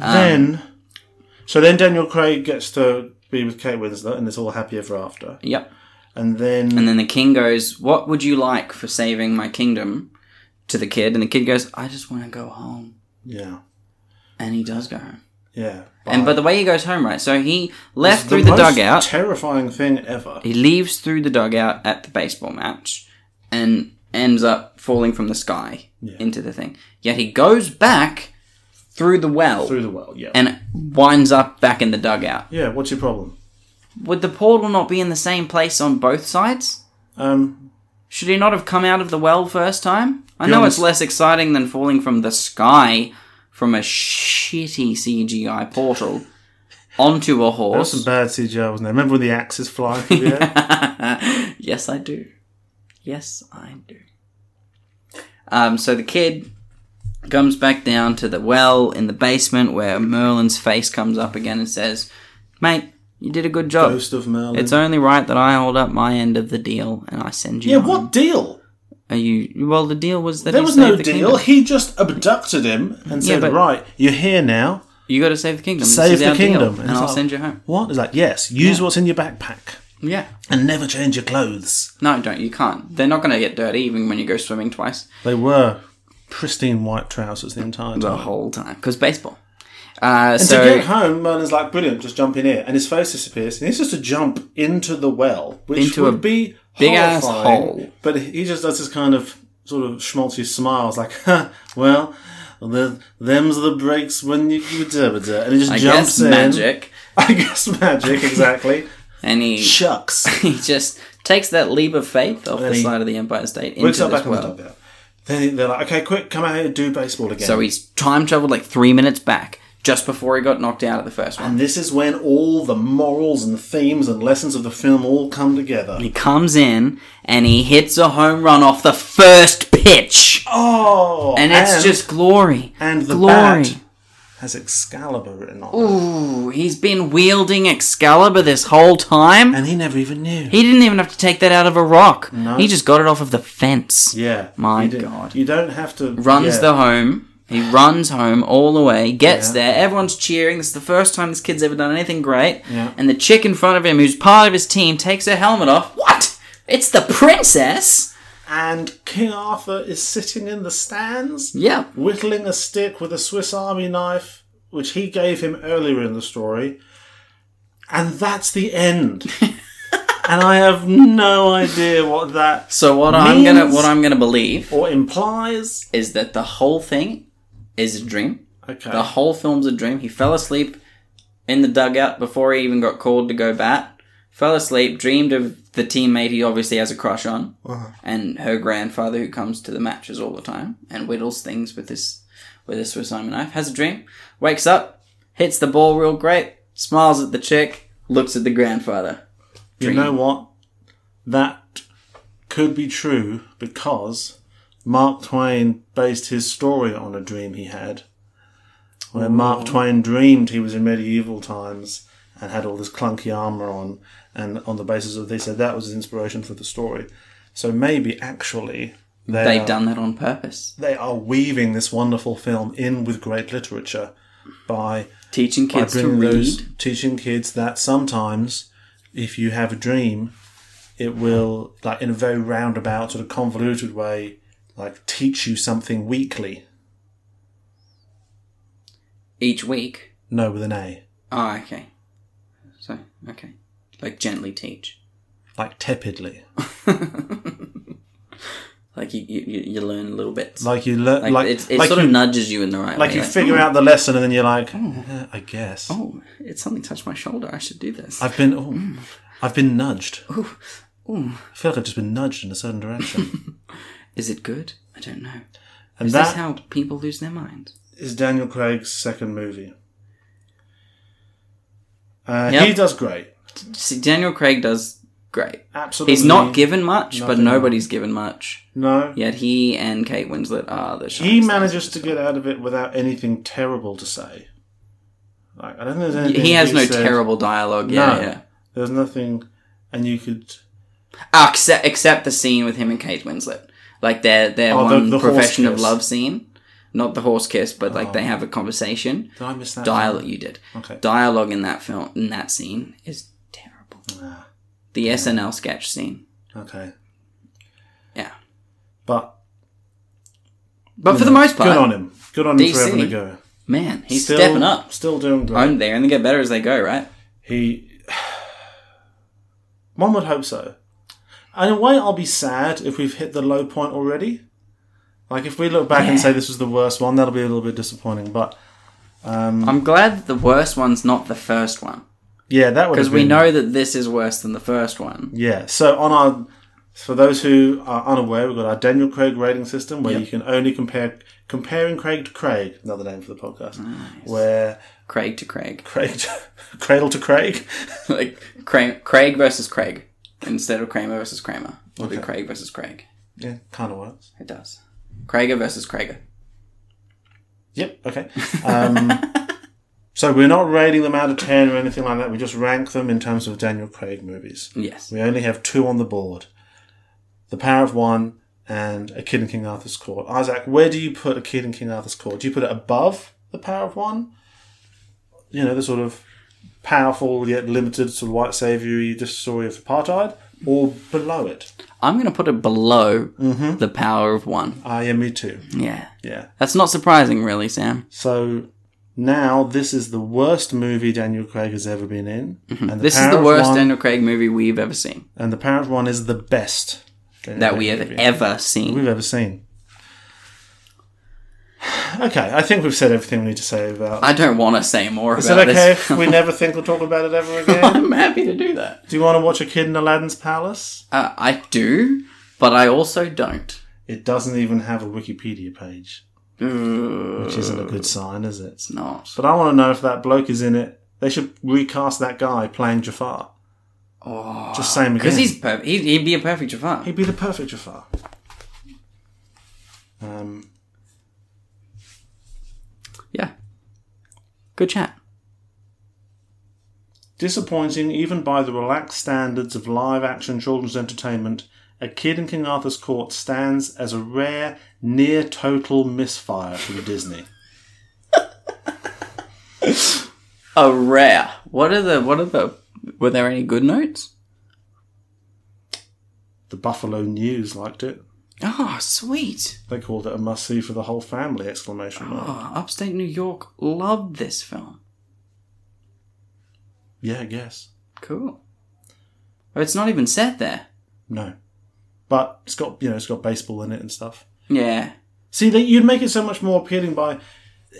Um,
then, so then Daniel Craig gets to be with Kate Winslet, and it's all happy ever after.
Yep.
And then,
And then the king goes, "What would you like for saving my kingdom?" To the kid, and the kid goes, "I just want to go home,"
yeah,
and he does go home.
yeah.
And but the way he goes home, right? So he left through the
most
dugout.
Terrifying thing ever.
He leaves through the dugout at the baseball match and ends up falling from the sky into the thing. Yet he goes back through the well
Through the well, yeah.
and winds up back in the dugout.
yeah. What's your problem?
Would the portal not be in the same place on both sides?
Um,
Should he not have come out of the well first time? I
Be
know
honest.
it's less exciting than falling from the sky from a shitty CGI portal onto a
there was
horse.
some bad CGI, wasn't there? Remember when the axes fly through the air?
Yes, I do. Yes, I do. Um, so the kid comes back down to the well in the basement where Merlin's face comes up again and says, Mate, you did a good job.
Ghost of Merlin.
It's only right that I hold up my end of the deal and I send you.
yeah.
home."
What deal?
Are you. Well, the deal was that
There
he
was
saved
no
the
deal.
kingdom.
He just abducted him and
Yeah,
said,
but-
"Right, you're here now.
You got to save the kingdom. This
Save
is
the
our deal,
kingdom, Oh.
and
it's
I'll
like-
send you home.
What?" He's like, "Yes. Use what's in your backpack
Yeah.
and never change your clothes."
No, don't. You can't. They're not going to get dirty even when you go swimming twice.
They were pristine white trousers the entire time.
The whole time. Because baseball. Uh,
And
so
to get home, Merlin's like, brilliant, just jump in here. And his face disappears. And he's just to jump into the well, which
Into
would
a
be
big ass
horrifying.
hole.
But he just does this kind of sort of schmaltzy smiles, like, "Huh, well, the, them's the breaks when you, you da, da, da." And he just
I
jumps
guess
in.
magic.
I guess magic, exactly.
and he
Shucks.
he just takes that leap of faith off
then
the
he
side of the Empire State into
Wakes
this
up back on the
world.
dugout. Then they're like, okay, quick, come out here, do baseball again.
So he's time traveled like three minutes back, just before he got knocked out at the first one.
and this is when all the morals and themes and lessons of the film all come together.
He comes in and he hits a home run off the first pitch,
Oh,
and it's just glory,
and the
glory.
bat has Excalibur written on it.
Ooh, he's been wielding Excalibur this whole time.
And he never even knew.
He didn't even have to take that out of a rock. He just got it off of the fence.
yeah.
My
you don't-
God.
You don't have to.
Runs
yeah.
the home. He runs home all the way, gets
Yeah.
there, everyone's cheering. This is the first time this kid's ever done anything great.
Yeah.
And the chick in front of him, who's part of his team, takes her helmet off. What? It's the princess?
And King Arthur is sitting in the stands,
Yep.
whittling a stick with a Swiss Army knife, which he gave him earlier in the story. And that's the end. and I have no idea what that
So what I'm gonna
Means-
what I'm gonna believe
or implies.
is that the whole thing is a dream.
Okay.
The whole film's a dream. He fell asleep in the dugout before he even got called to go bat. Fell asleep, dreamed of the teammate he obviously has a crush on,
Uh-huh.
and her grandfather who comes to the matches all the time and whittles things with his with his Swiss Army knife. Has a dream, wakes up, hits the ball real great, smiles at the chick, looks at the grandfather.
You know what? That could be true because Mark Twain based his story on a dream he had, where Mark Twain dreamed he was in medieval times and had all this clunky armor on, and on the basis of this, said that was his inspiration for the story. So maybe actually they uh,
They've
are,
done that on purpose,
they are weaving this wonderful film in with great literature by
teaching kids
by
to
bringing
read.
those teaching kids that sometimes if you have a dream it will like in a very roundabout sort of convoluted way like teach you something weekly
each week.
no with an a
Oh, okay. So, okay. Like gently teach.
like tepidly
Like you, you, you you learn little bits.
like you learn
Like,
like, like,
it, it sort
you,
of nudges you in the right
like
way.
you figure out the lesson and then you're like "Eh, i guess
oh, it's something touched my shoulder. I should do this.
i've been oh, i've been nudged
Oh.
i feel like i've just been nudged in a certain direction
Is it good? I don't know.
and
Is
that
this how people lose their minds?
is Daniel Craig's second movie. Uh,
Yep.
He does great.
See, Daniel Craig does great.
Absolutely.
He's not given much, but
nothing.
nobody's given much.
No.
Yet he and Kate Winslet are the.
He
shining stars of
manages
this
to
film.
get out of it without anything terrible to say. Like I don't think there's anything
He has no
said-
terrible dialogue.
No.
Yeah, yeah.
There's nothing, and you could.
Ah, except except the scene with him and Kate Winslet, like their their
Oh,
one
the- the horse
profession of
kiss. Oh.
love scene, not the horse kiss, but like they have a conversation.
Did I miss that?
Dialogue you did.
Okay.
Dialogue in that film in that scene is terrible. The SNL sketch scene.
Okay.
Yeah,
But
but for the most part,
good on him. Good on him for
DC.
having a go.
man, he's
Still-
stepping up.
Still doing great.
Own there and they get better as they go, right?
He. One would hope so. In a way, I'll be sad if we've hit the low point already. Like, if we look back and
Yeah.
say this was the worst one, that'll be a little bit disappointing. But
I'm glad that the worst one's not the first one
yeah, that would
because
have
we
been-
know that this is worse than the first one.
Yeah. So, on our. For those who are unaware, we've got our Daniel Craig rating system where you can only compare. Comparing Craig to Craig, another name for the podcast, where
Craig to Craig,
Craig to, Cradle to Craig.
like Craig, Craig versus Craig instead of Kramer versus Kramer. It'll be Craig versus Craig.
Yeah, kind of works.
It does. Krager versus Krager.
Yep. Okay. Um, so we're not rating them out of ten or anything like that. We just rank them in terms of Daniel Craig movies.
Yes.
We only have two on the board: The Power of One and A Kid in King Arthur's Court. Isaac, where do you put A Kid in King Arthur's Court? Do you put it above The Power of One? You know, the sort of powerful yet limited sort of white saviour just story of apartheid, or below it?
I'm going to put it below the power of one.
Ah, yeah, me too.
Yeah.
Yeah.
That's not surprising, really, Sam.
So now this is the worst movie Daniel Craig has ever been in, and the
Mm-hmm. This is
Power
the
of
worst
One,
Daniel Craig movie we've ever seen.
And the Power of One is the best Daniel
That
Craig
we have
movie
ever seen.
we've ever seen. Okay, I think we've said everything we need to say about.
I don't want to say more
is it
about
okay
this.
if we never think we'll talk about it ever again?
I'm happy to do that.
do you want to watch a kid in Aladdin's palace?
Uh, I do, but I also don't.
It doesn't even have a Wikipedia page, which isn't a good sign, is it?
Not.
But I want to know if that bloke is in it. They should recast that guy playing Jafar. Oh, Just same again.
Because he's perfect. He'd, he'd be a perfect Jafar.
He'd be the perfect Jafar. Um,
Yeah. Good chat.
Disappointing even by the relaxed standards of live action children's entertainment, A Kid in King Arthur's Court stands as a rare, near total misfire from Disney.
A rare. What are the? What are the? Were there any good notes?
The Buffalo News liked it.
Oh, sweet.
They called it a must see for the whole family! Exclamation mark.
Oh, upstate New York loved this film.
Yeah, I guess.
Cool. Oh, it's not even set there.
No, but it's got you know it's got baseball in it and stuff.
Yeah.
See, they, you'd make it so much more appealing by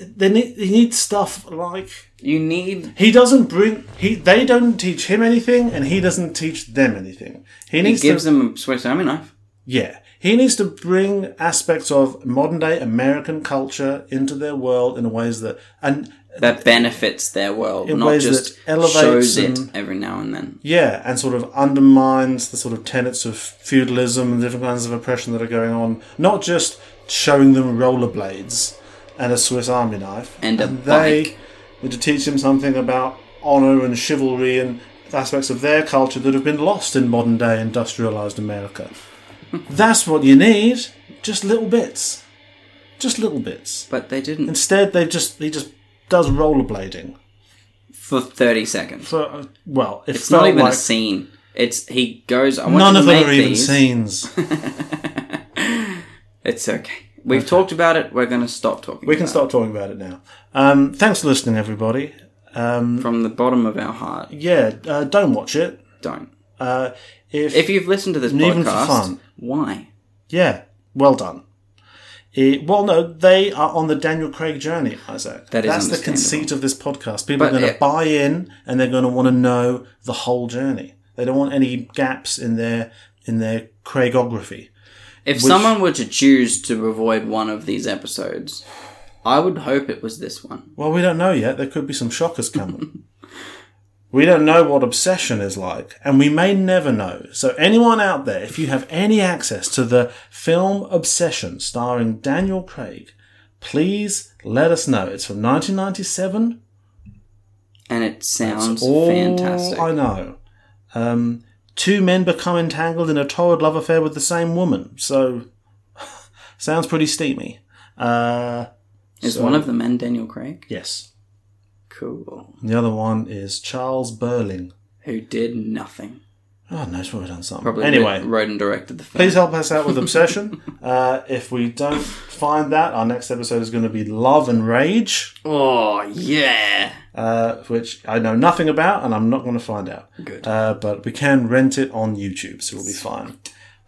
they need they need stuff like
You need.
he doesn't bring he they don't teach him anything and he doesn't teach them anything. He
He
needs
gives
to,
them a Swiss Army knife.
yeah he needs to bring aspects of modern day American culture into their world in ways that and
that benefits their world,
In
not
ways
just
that elevates
shows it
and-
every now and then.
Yeah, and sort of undermines the sort of tenets of feudalism and different kinds of oppression that are going on. Not just showing them rollerblades and a Swiss Army knife,
And a
they
bike.
need to teach them something about honor and chivalry and aspects of their culture that have been lost in modern day industrialized America. That's what you need. Just little bits, just little bits.
But they didn't
Instead, they just he just does rollerblading
for thirty seconds.
for uh, well, it
It's not
felt
even
like
a scene. It's he goes. I want
None
you
of
to
them
make
are even
these.
scenes.
It's okay. We've talked about it. We're going to stop talking.
We can stop talking about it now. Um, thanks for listening, everybody.
from the bottom of our heart.
Yeah, uh, don't watch it.
Don't.
Uh, if,
If you've listened to this
Even for
podcast,
fun.
why?
yeah, well done. Eh, well, no, they are on the Daniel Craig journey, Isaac.
That is
That's the
understandable.
conceit of this podcast. People are
But
going to
it-
buy in, and they're going to want to know the whole journey. They don't want any gaps in their in their Craigography.
If someone were to choose to avoid one of these episodes, I would hope it was this one.
Well, we don't know yet. There could be some shockers coming. we don't know what obsession is like, and we may never know. So, anyone out there, if you have any access to the film Obsession starring Daniel Craig, please let us know. It's from 1997.
And it sounds
All
fantastic.
I know. Um, two men become entangled in a torrid love affair with the same woman. So, sounds pretty steamy. Uh,
Is
so-
one of the men Daniel Craig?
Yes.
Cool.
And the other one is Charles Burling.
Who did nothing.
God knows we've done something.
Probably
anyway,
wrote- wrote and directed the film.
please help us out with Obsession. uh, if we don't find that, our next episode is going to be Love and Rage,
Oh yeah.
uh, which I know nothing about and I'm not going to find out.
Good.
Uh, but we can rent it on YouTube, so we'll be fine.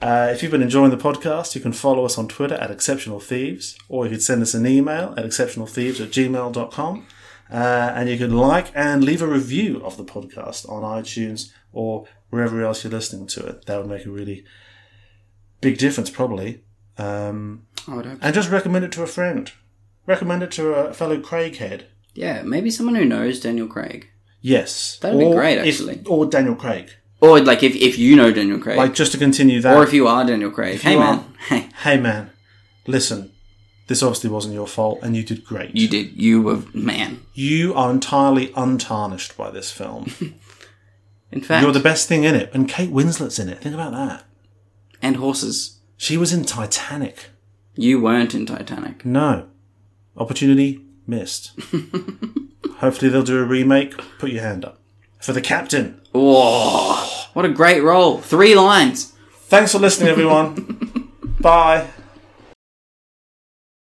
Uh, if you've been enjoying the podcast, you can follow us on Twitter at Exceptional Thieves, or you could send us an email at exceptionalthieves at gmail.com. Uh, and you can like and leave a review of the podcast on iTunes or wherever else you're listening to it. That would make a really big difference, probably. Um,
I would hope.
and just recommend it to a friend. Recommend it to a fellow Craighead.
Yeah, maybe someone who knows Daniel Craig,
Yes.
That'd be
Or
great,
if-
actually.
or Daniel Craig.
or like if, if you know Daniel Craig,
Like, just to continue that.
or if you are Daniel Craig. Hey
you are-
man, hey,
hey man, listen, this obviously wasn't your fault and you did great.
you did. You were man.
You are entirely untarnished by this film.
In fact,
You're the best thing in it. And Kate Winslet's in it. Think about that.
and horses.
She was in Titanic.
You weren't in Titanic.
No. Opportunity missed. Hopefully they'll do a remake. Put your hand up. For the captain.
Oh, what a great role! Three lines.
Thanks for listening, everyone. Bye.